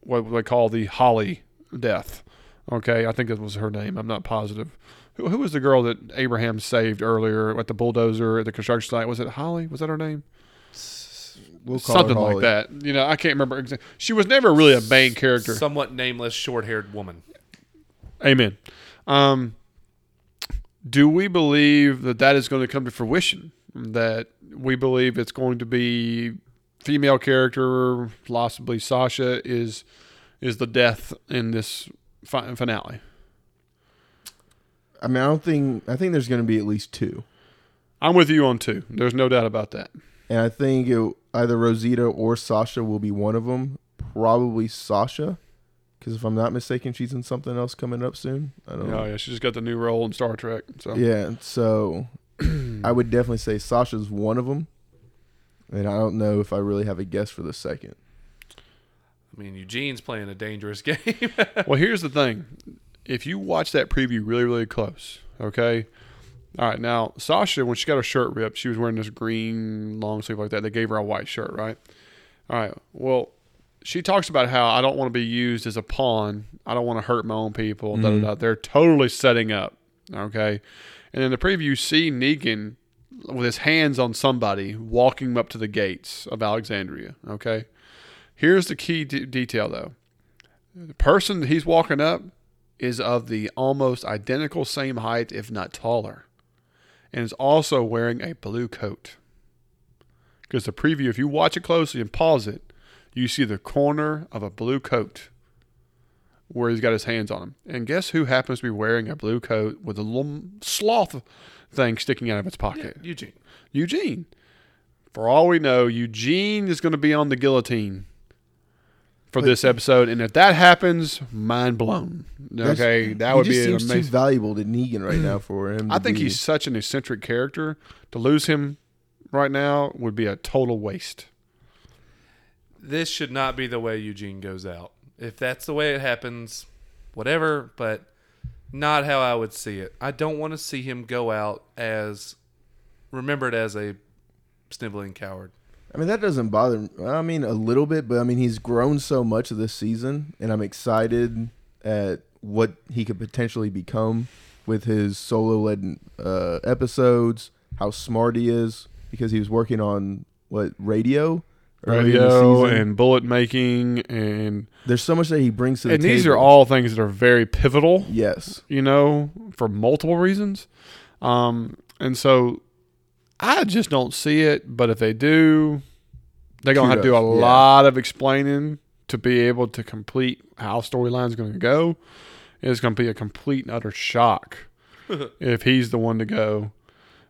[SPEAKER 1] what they call the Holly death. Okay, I think that was her name. I'm not positive. Who, who was the girl that Abraham saved earlier at the bulldozer at the construction site? Was it Holly? Was that her name?
[SPEAKER 3] we'll call
[SPEAKER 1] something
[SPEAKER 3] her
[SPEAKER 1] like
[SPEAKER 3] Holly.
[SPEAKER 1] that. You know, I can't remember. exa- She was never really a main character.
[SPEAKER 2] Somewhat nameless, short-haired woman.
[SPEAKER 1] Amen. Um, do we believe that that is going to come to fruition? That we believe it's going to be female character, possibly Sasha, is is the death in this fi- finale.
[SPEAKER 3] I mean, I don't think I think there's going to be at least two,
[SPEAKER 1] I'm with you on two. There's no doubt about that.
[SPEAKER 3] and I think it, either Rosita or Sasha will be one of them. Probably Sasha, because if I'm not mistaken, she's in something else coming up soon. I don't
[SPEAKER 1] Oh
[SPEAKER 3] know.
[SPEAKER 1] yeah, she just got the new role in Star Trek. So
[SPEAKER 3] Yeah, so I would definitely say Sasha's one of them, and I don't know if I really have a guess for the second.
[SPEAKER 2] I mean, Eugene's playing a dangerous game.
[SPEAKER 1] well, here's the thing. If you watch that preview really, really close, okay? All right, now, Sasha, when she got her shirt ripped, she was wearing this green long sleeve like that. They gave her a white shirt, right? All right, well, she talks about how I don't want to be used as a pawn. I don't want to hurt my own people. da, da, da. They're totally setting up, okay? And in the preview, you see Negan with his hands on somebody walking up to the gates of Alexandria, okay? Here's the key d- detail, though the person that he's walking up is of the almost identical same height, if not taller, and is also wearing a blue coat. Because the preview, if you watch it closely and pause it, you see the corner of a blue coat where he's got his hands on him. And guess who happens to be wearing a blue coat with a little sloth thing sticking out of its pocket?
[SPEAKER 2] Eugene.
[SPEAKER 1] Eugene. For all we know, Eugene is going to be on the guillotine for this episode, and if that happens, mind blown.
[SPEAKER 3] That's-
[SPEAKER 1] Okay, that
[SPEAKER 3] he
[SPEAKER 1] would
[SPEAKER 3] just
[SPEAKER 1] be an
[SPEAKER 3] seems too
[SPEAKER 1] amazing.
[SPEAKER 3] valuable to Negan right now for him.
[SPEAKER 1] I
[SPEAKER 3] to
[SPEAKER 1] think
[SPEAKER 3] be-
[SPEAKER 1] he's such an eccentric character. To lose him right now would be a total waste.
[SPEAKER 2] This should not be the way Eugene goes out. If that's the way it happens, whatever, but not how I would see it. I don't want to see him go out as remembered as a sniveling coward.
[SPEAKER 3] I mean, that doesn't bother me. I mean, a little bit, but I mean, he's grown so much this season, and I'm excited at what he could potentially become with his solo led uh, episodes, how smart he is, because he was working on what radio? early in the
[SPEAKER 1] Radio
[SPEAKER 3] season.
[SPEAKER 1] and bullet making, and
[SPEAKER 3] there's so much that he brings to the
[SPEAKER 1] and these
[SPEAKER 3] table.
[SPEAKER 1] are all things that are very pivotal.
[SPEAKER 3] yes.
[SPEAKER 1] you know, for multiple reasons. Um, and so I just don't see it, but if they do, they're going to have to do a
[SPEAKER 3] Kudos, yeah.
[SPEAKER 1] lot of explaining to be able to complete how storylines going to go. It's going to be a complete and utter shock if he's the one to go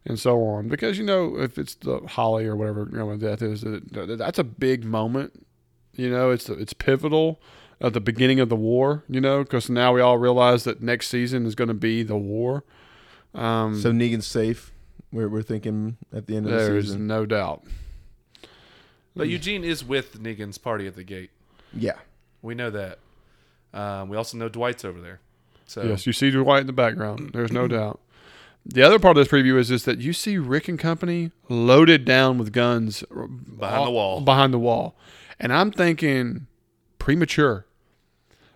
[SPEAKER 1] and so on. Because, you know, if it's the Holly or whatever, you know, when death is, that- that- that's a big moment. You know, it's it's pivotal at the beginning of the war, you know, because now we all realize that next season is going to be the war. Um,
[SPEAKER 3] So Negan's safe. We're, we're thinking at the end of
[SPEAKER 1] there
[SPEAKER 3] the
[SPEAKER 1] is
[SPEAKER 3] season.
[SPEAKER 1] no doubt.
[SPEAKER 2] But Eugene is with Negan's party at the gate.
[SPEAKER 3] Yeah.
[SPEAKER 2] We know that. Um, we also know Dwight's over there. So
[SPEAKER 1] Yes, you see Dwight in the background. There's no doubt. The other part of this preview is is that you see Rick and company loaded down with guns
[SPEAKER 2] behind the wall.
[SPEAKER 1] Behind the wall, and I'm thinking premature.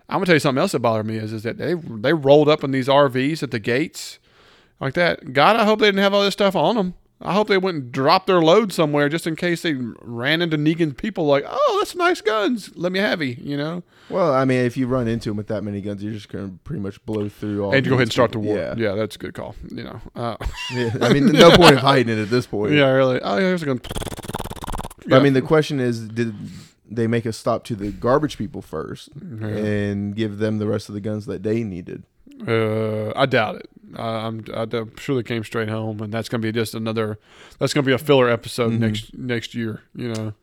[SPEAKER 1] I'm gonna tell you something else that bothered me is is that they they rolled up in these RVs at the gates like that. God, I hope they didn't have all this stuff on them. I hope they wouldn't drop their load somewhere just in case they ran into Negan's people. Like, oh, that's nice guns. Let me have you. You know.
[SPEAKER 3] Well, I mean, if you run into him with that many guns, you're just going to pretty much blow through all
[SPEAKER 1] and you go ahead and
[SPEAKER 3] these
[SPEAKER 1] start the
[SPEAKER 3] people.
[SPEAKER 1] war.
[SPEAKER 3] Yeah.
[SPEAKER 1] Yeah, that's a good call. You know, uh,
[SPEAKER 3] Yeah, I mean, no point of hiding it at this point.
[SPEAKER 1] yeah, really. Oh, yeah, here's a gun.
[SPEAKER 3] But, I mean, the question is, did they make a stop to the garbage people first and give them the rest of the guns that they needed?
[SPEAKER 1] uh, I doubt it. Uh, I'm, I d- I'm sure they came straight home, and that's going to be just another. That's going to be a filler episode
[SPEAKER 3] Mm-hmm.
[SPEAKER 1] next next year. You know,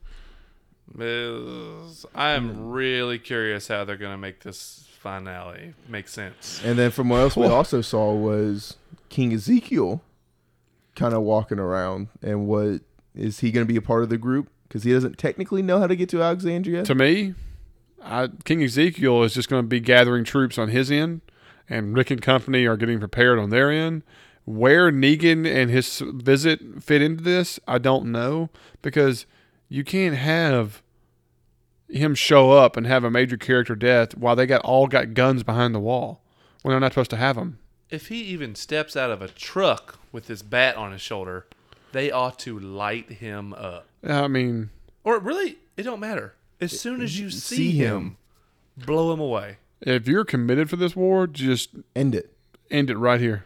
[SPEAKER 2] Is- uh, I'm really curious how they're going to make this finale make sense.
[SPEAKER 3] And then from what else we also saw was King Ezekiel kind of walking around. And what is he going to be a part of the group? Because he doesn't technically know how to get to Alexandria.
[SPEAKER 1] to me, I, King Ezekiel is just going to be gathering troops on his end, and Rick and company are getting prepared on their end. Where Negan and his visit fit into this, I don't know because you can't have him show up and have a major character death while they got all got guns behind the wall when they're not supposed to have them.
[SPEAKER 2] If he even steps out of a truck with his bat on his shoulder, they ought to light him up.
[SPEAKER 1] I mean,
[SPEAKER 2] Or really, it don't matter. As soon as you see, him, blow him away.
[SPEAKER 1] If you're committed for this war, just
[SPEAKER 3] End it.
[SPEAKER 1] end it right here.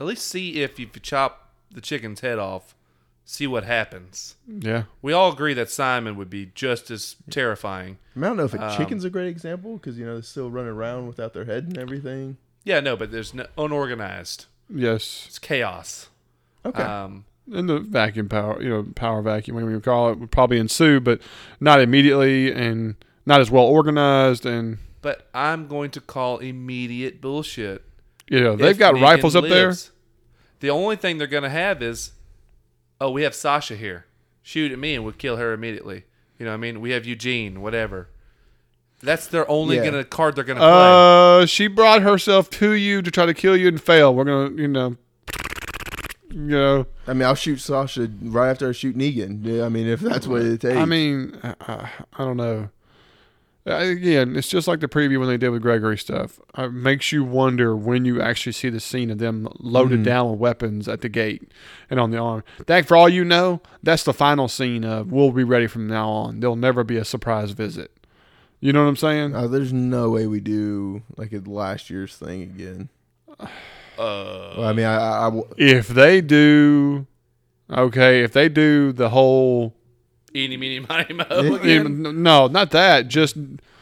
[SPEAKER 2] At least see if you chop the chicken's head off, see what happens.
[SPEAKER 1] Yeah.
[SPEAKER 2] We all agree that Simon would be just as terrifying.
[SPEAKER 3] I, mean, I don't know if a
[SPEAKER 2] Um,
[SPEAKER 3] chicken's a great example because you know they're still running around without their head and everything.
[SPEAKER 2] Yeah, no, but there's no, unorganized.
[SPEAKER 1] Yes.
[SPEAKER 2] It's chaos.
[SPEAKER 3] Okay,
[SPEAKER 2] Um,
[SPEAKER 1] And the vacuum power, you know, power vacuum, whatever you call it, would probably ensue, but not immediately and not as well organized. And,
[SPEAKER 2] but I'm going to call immediate bullshit.
[SPEAKER 1] you know, they've
[SPEAKER 2] if
[SPEAKER 1] got
[SPEAKER 2] Negan
[SPEAKER 1] rifles up there.
[SPEAKER 2] lives. The only thing they're going to have is, oh, we have Sasha here. Shoot at me and we'll kill her immediately. You know what I mean? We have Eugene, whatever. That's their only
[SPEAKER 3] Yeah.
[SPEAKER 2] gonna card they're going to play.
[SPEAKER 1] Uh, she brought herself to you to try to kill you and fail. We're going to, you know, you know,
[SPEAKER 3] I mean I'll shoot Sasha right after I shoot Negan. Yeah, I mean if that's what it takes.
[SPEAKER 1] I mean, I, I, I don't know. Uh, Again, it's just like the preview when they did with Gregory stuff. It makes you wonder when you actually see the scene of them loaded down with weapons at the gate and on the arm. That, for all you know, that's the final scene of we'll be ready from now on. There'll never be a surprise visit. You know what I'm saying?
[SPEAKER 3] Uh, there's no way we do like it last year's thing again.
[SPEAKER 2] Uh,
[SPEAKER 3] Well, I mean, I, I- I w-
[SPEAKER 1] if they do, okay, if they do the whole.
[SPEAKER 2] eeny, meeny, miny, mo.
[SPEAKER 1] Yeah,
[SPEAKER 2] Again.
[SPEAKER 1] n- No, not that. Just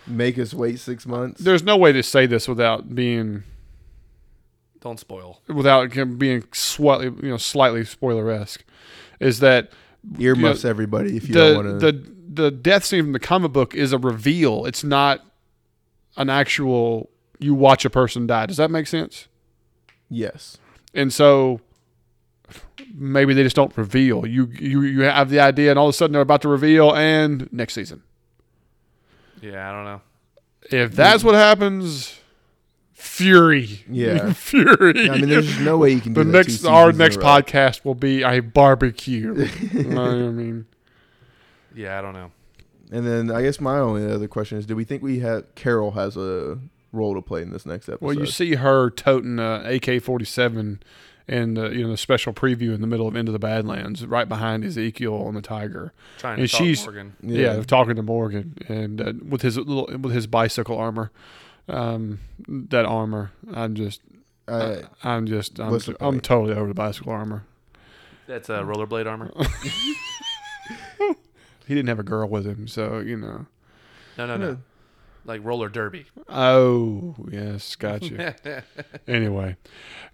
[SPEAKER 3] make us wait six months.
[SPEAKER 1] there's no way to say this without being
[SPEAKER 2] Don't spoil.
[SPEAKER 1] without it being slightly you know slightly spoiler esque, is that
[SPEAKER 3] Earmuffs everybody if you
[SPEAKER 1] the
[SPEAKER 3] don't want to.
[SPEAKER 1] the the death scene from the comic book is a reveal. It's not an actual you watch a person die. Does that make sense?
[SPEAKER 3] Yes.
[SPEAKER 1] And so maybe they just don't reveal. You you you have the idea, and all of a sudden they're about to reveal, and next season.
[SPEAKER 2] Yeah, I don't know.
[SPEAKER 1] If that's what happens, fury.
[SPEAKER 3] Yeah.
[SPEAKER 1] fury.
[SPEAKER 3] I mean, there's no way you can.
[SPEAKER 1] the
[SPEAKER 3] do that two
[SPEAKER 1] next
[SPEAKER 3] seasons
[SPEAKER 1] our
[SPEAKER 3] in a
[SPEAKER 1] next
[SPEAKER 3] row.
[SPEAKER 1] podcast will be a barbecue. You know what I mean,
[SPEAKER 2] Yeah, I don't know.
[SPEAKER 3] And then I guess my only other question is: Do we think we have Carol has a role to play in this next episode?
[SPEAKER 1] well, you see her toting uh, AK forty seven, and uh, you know the special preview in the middle of End of the Badlands, right behind Ezekiel on the tiger.
[SPEAKER 2] Trying
[SPEAKER 1] And
[SPEAKER 2] to talk
[SPEAKER 1] she's-
[SPEAKER 2] Morgan.
[SPEAKER 1] Yeah, talking to Morgan and uh, with his little with his bicycle armor, um, that armor. I'm just,
[SPEAKER 3] I-
[SPEAKER 1] I, am just, I'm,
[SPEAKER 3] What's the
[SPEAKER 1] I'm
[SPEAKER 3] point?
[SPEAKER 1] totally over the bicycle armor.
[SPEAKER 2] That's uh, rollerblade armor.
[SPEAKER 1] He didn't have a girl with him, so you know.
[SPEAKER 2] No, no, no. Like roller derby.
[SPEAKER 1] Oh yes, gotcha. anyway,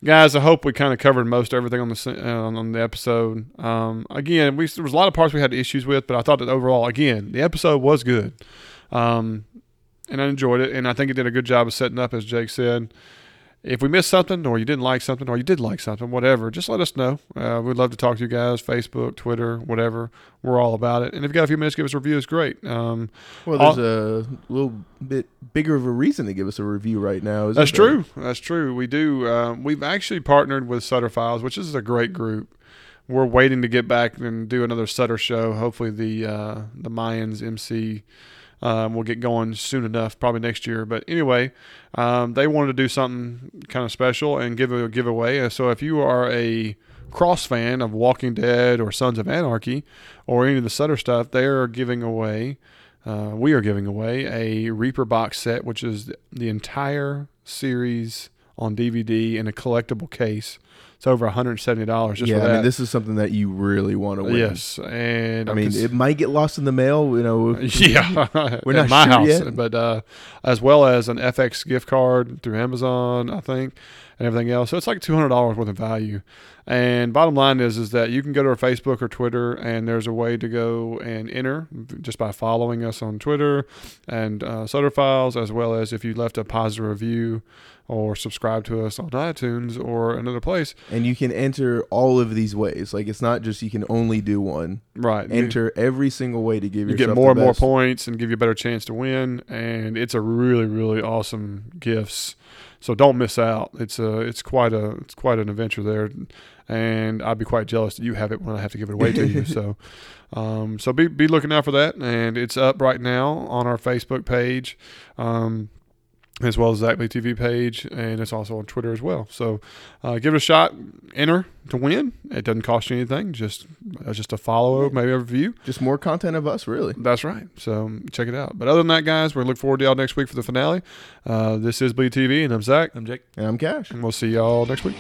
[SPEAKER 1] guys, I hope we kind of covered most everything on the se- uh, on the episode. Um, again, we there was a lot of parts we had issues with, but I thought that overall, again, the episode was good, um, and I enjoyed it, and I think it did a good job of setting up, as Jake said. If we missed something, or you didn't like something, or you did like something, whatever, just let us know. Uh, we'd love to talk to you guys. Facebook, Twitter, whatever, we're all about it. And if you got a few minutes, give us a review. It's great. Um,
[SPEAKER 3] well, there's
[SPEAKER 1] Uh,
[SPEAKER 3] a little bit bigger of a reason to give us a review right now. isn't
[SPEAKER 1] That's
[SPEAKER 3] there?
[SPEAKER 1] true. That's true. We do. Um, we've actually partnered with Sutter Files, which is a great group. We're waiting to get back and do another Sutter show. Hopefully, the uh, the Mayans MC um, will get going soon enough, probably next year. But anyway, um, they wanted to do something kind of special and give a giveaway. Uh, So if you are a cross fan of Walking Dead or Sons of Anarchy or any of the Sutter stuff, they are giving away. Uh, we are giving away a Reaper box set, which is the entire series on DVD in a collectible case. It's over $170 just
[SPEAKER 3] yeah,
[SPEAKER 1] for
[SPEAKER 3] I
[SPEAKER 1] that.
[SPEAKER 3] mean, this is something that you really want to win.
[SPEAKER 1] yes, and
[SPEAKER 3] I
[SPEAKER 1] I'm
[SPEAKER 3] mean,
[SPEAKER 1] cons-
[SPEAKER 3] it might get lost in the mail. You know,
[SPEAKER 1] yeah,
[SPEAKER 3] We're
[SPEAKER 1] at
[SPEAKER 3] not
[SPEAKER 1] my
[SPEAKER 3] sure
[SPEAKER 1] house,
[SPEAKER 3] yet.
[SPEAKER 1] but uh, as well as an FX gift card through Amazon, I think, and everything else. So it's like two hundred dollars worth of value. And bottom line is, is that you can go to our Facebook or Twitter, and there's a way to go and enter just by following us on Twitter and uh, Sutter Files, as well as if you left a positive review or subscribe to us on iTunes or another place.
[SPEAKER 3] and you can enter all of these ways. Like, it's not just you can only do one.
[SPEAKER 1] Right, You-
[SPEAKER 3] Enter every single way to give
[SPEAKER 1] you
[SPEAKER 3] yourself
[SPEAKER 1] get more
[SPEAKER 3] the
[SPEAKER 1] and more
[SPEAKER 3] best.
[SPEAKER 1] points and give you a better chance to win and it's a really really awesome gifts so don't miss out it's a it's quite a it's quite an adventure there and i'd be quite jealous that you have it when i have to give it away to you so um, so be, be looking out for that and it's up right now on our facebook page um, as well as Zachary TV page, and it's also on Twitter as well. So uh, give it a shot. Enter to win. It doesn't cost you anything. Just uh, just a follow, maybe a review.
[SPEAKER 3] Just more content of us, really.
[SPEAKER 1] That's right. So um, check it out. But other than that, guys, we look forward to y'all next week for the finale. Uh, this is Bleed TV, and I'm Zach,
[SPEAKER 2] I'm Jake.
[SPEAKER 3] And I'm Cash.
[SPEAKER 1] and we'll see y'all next week.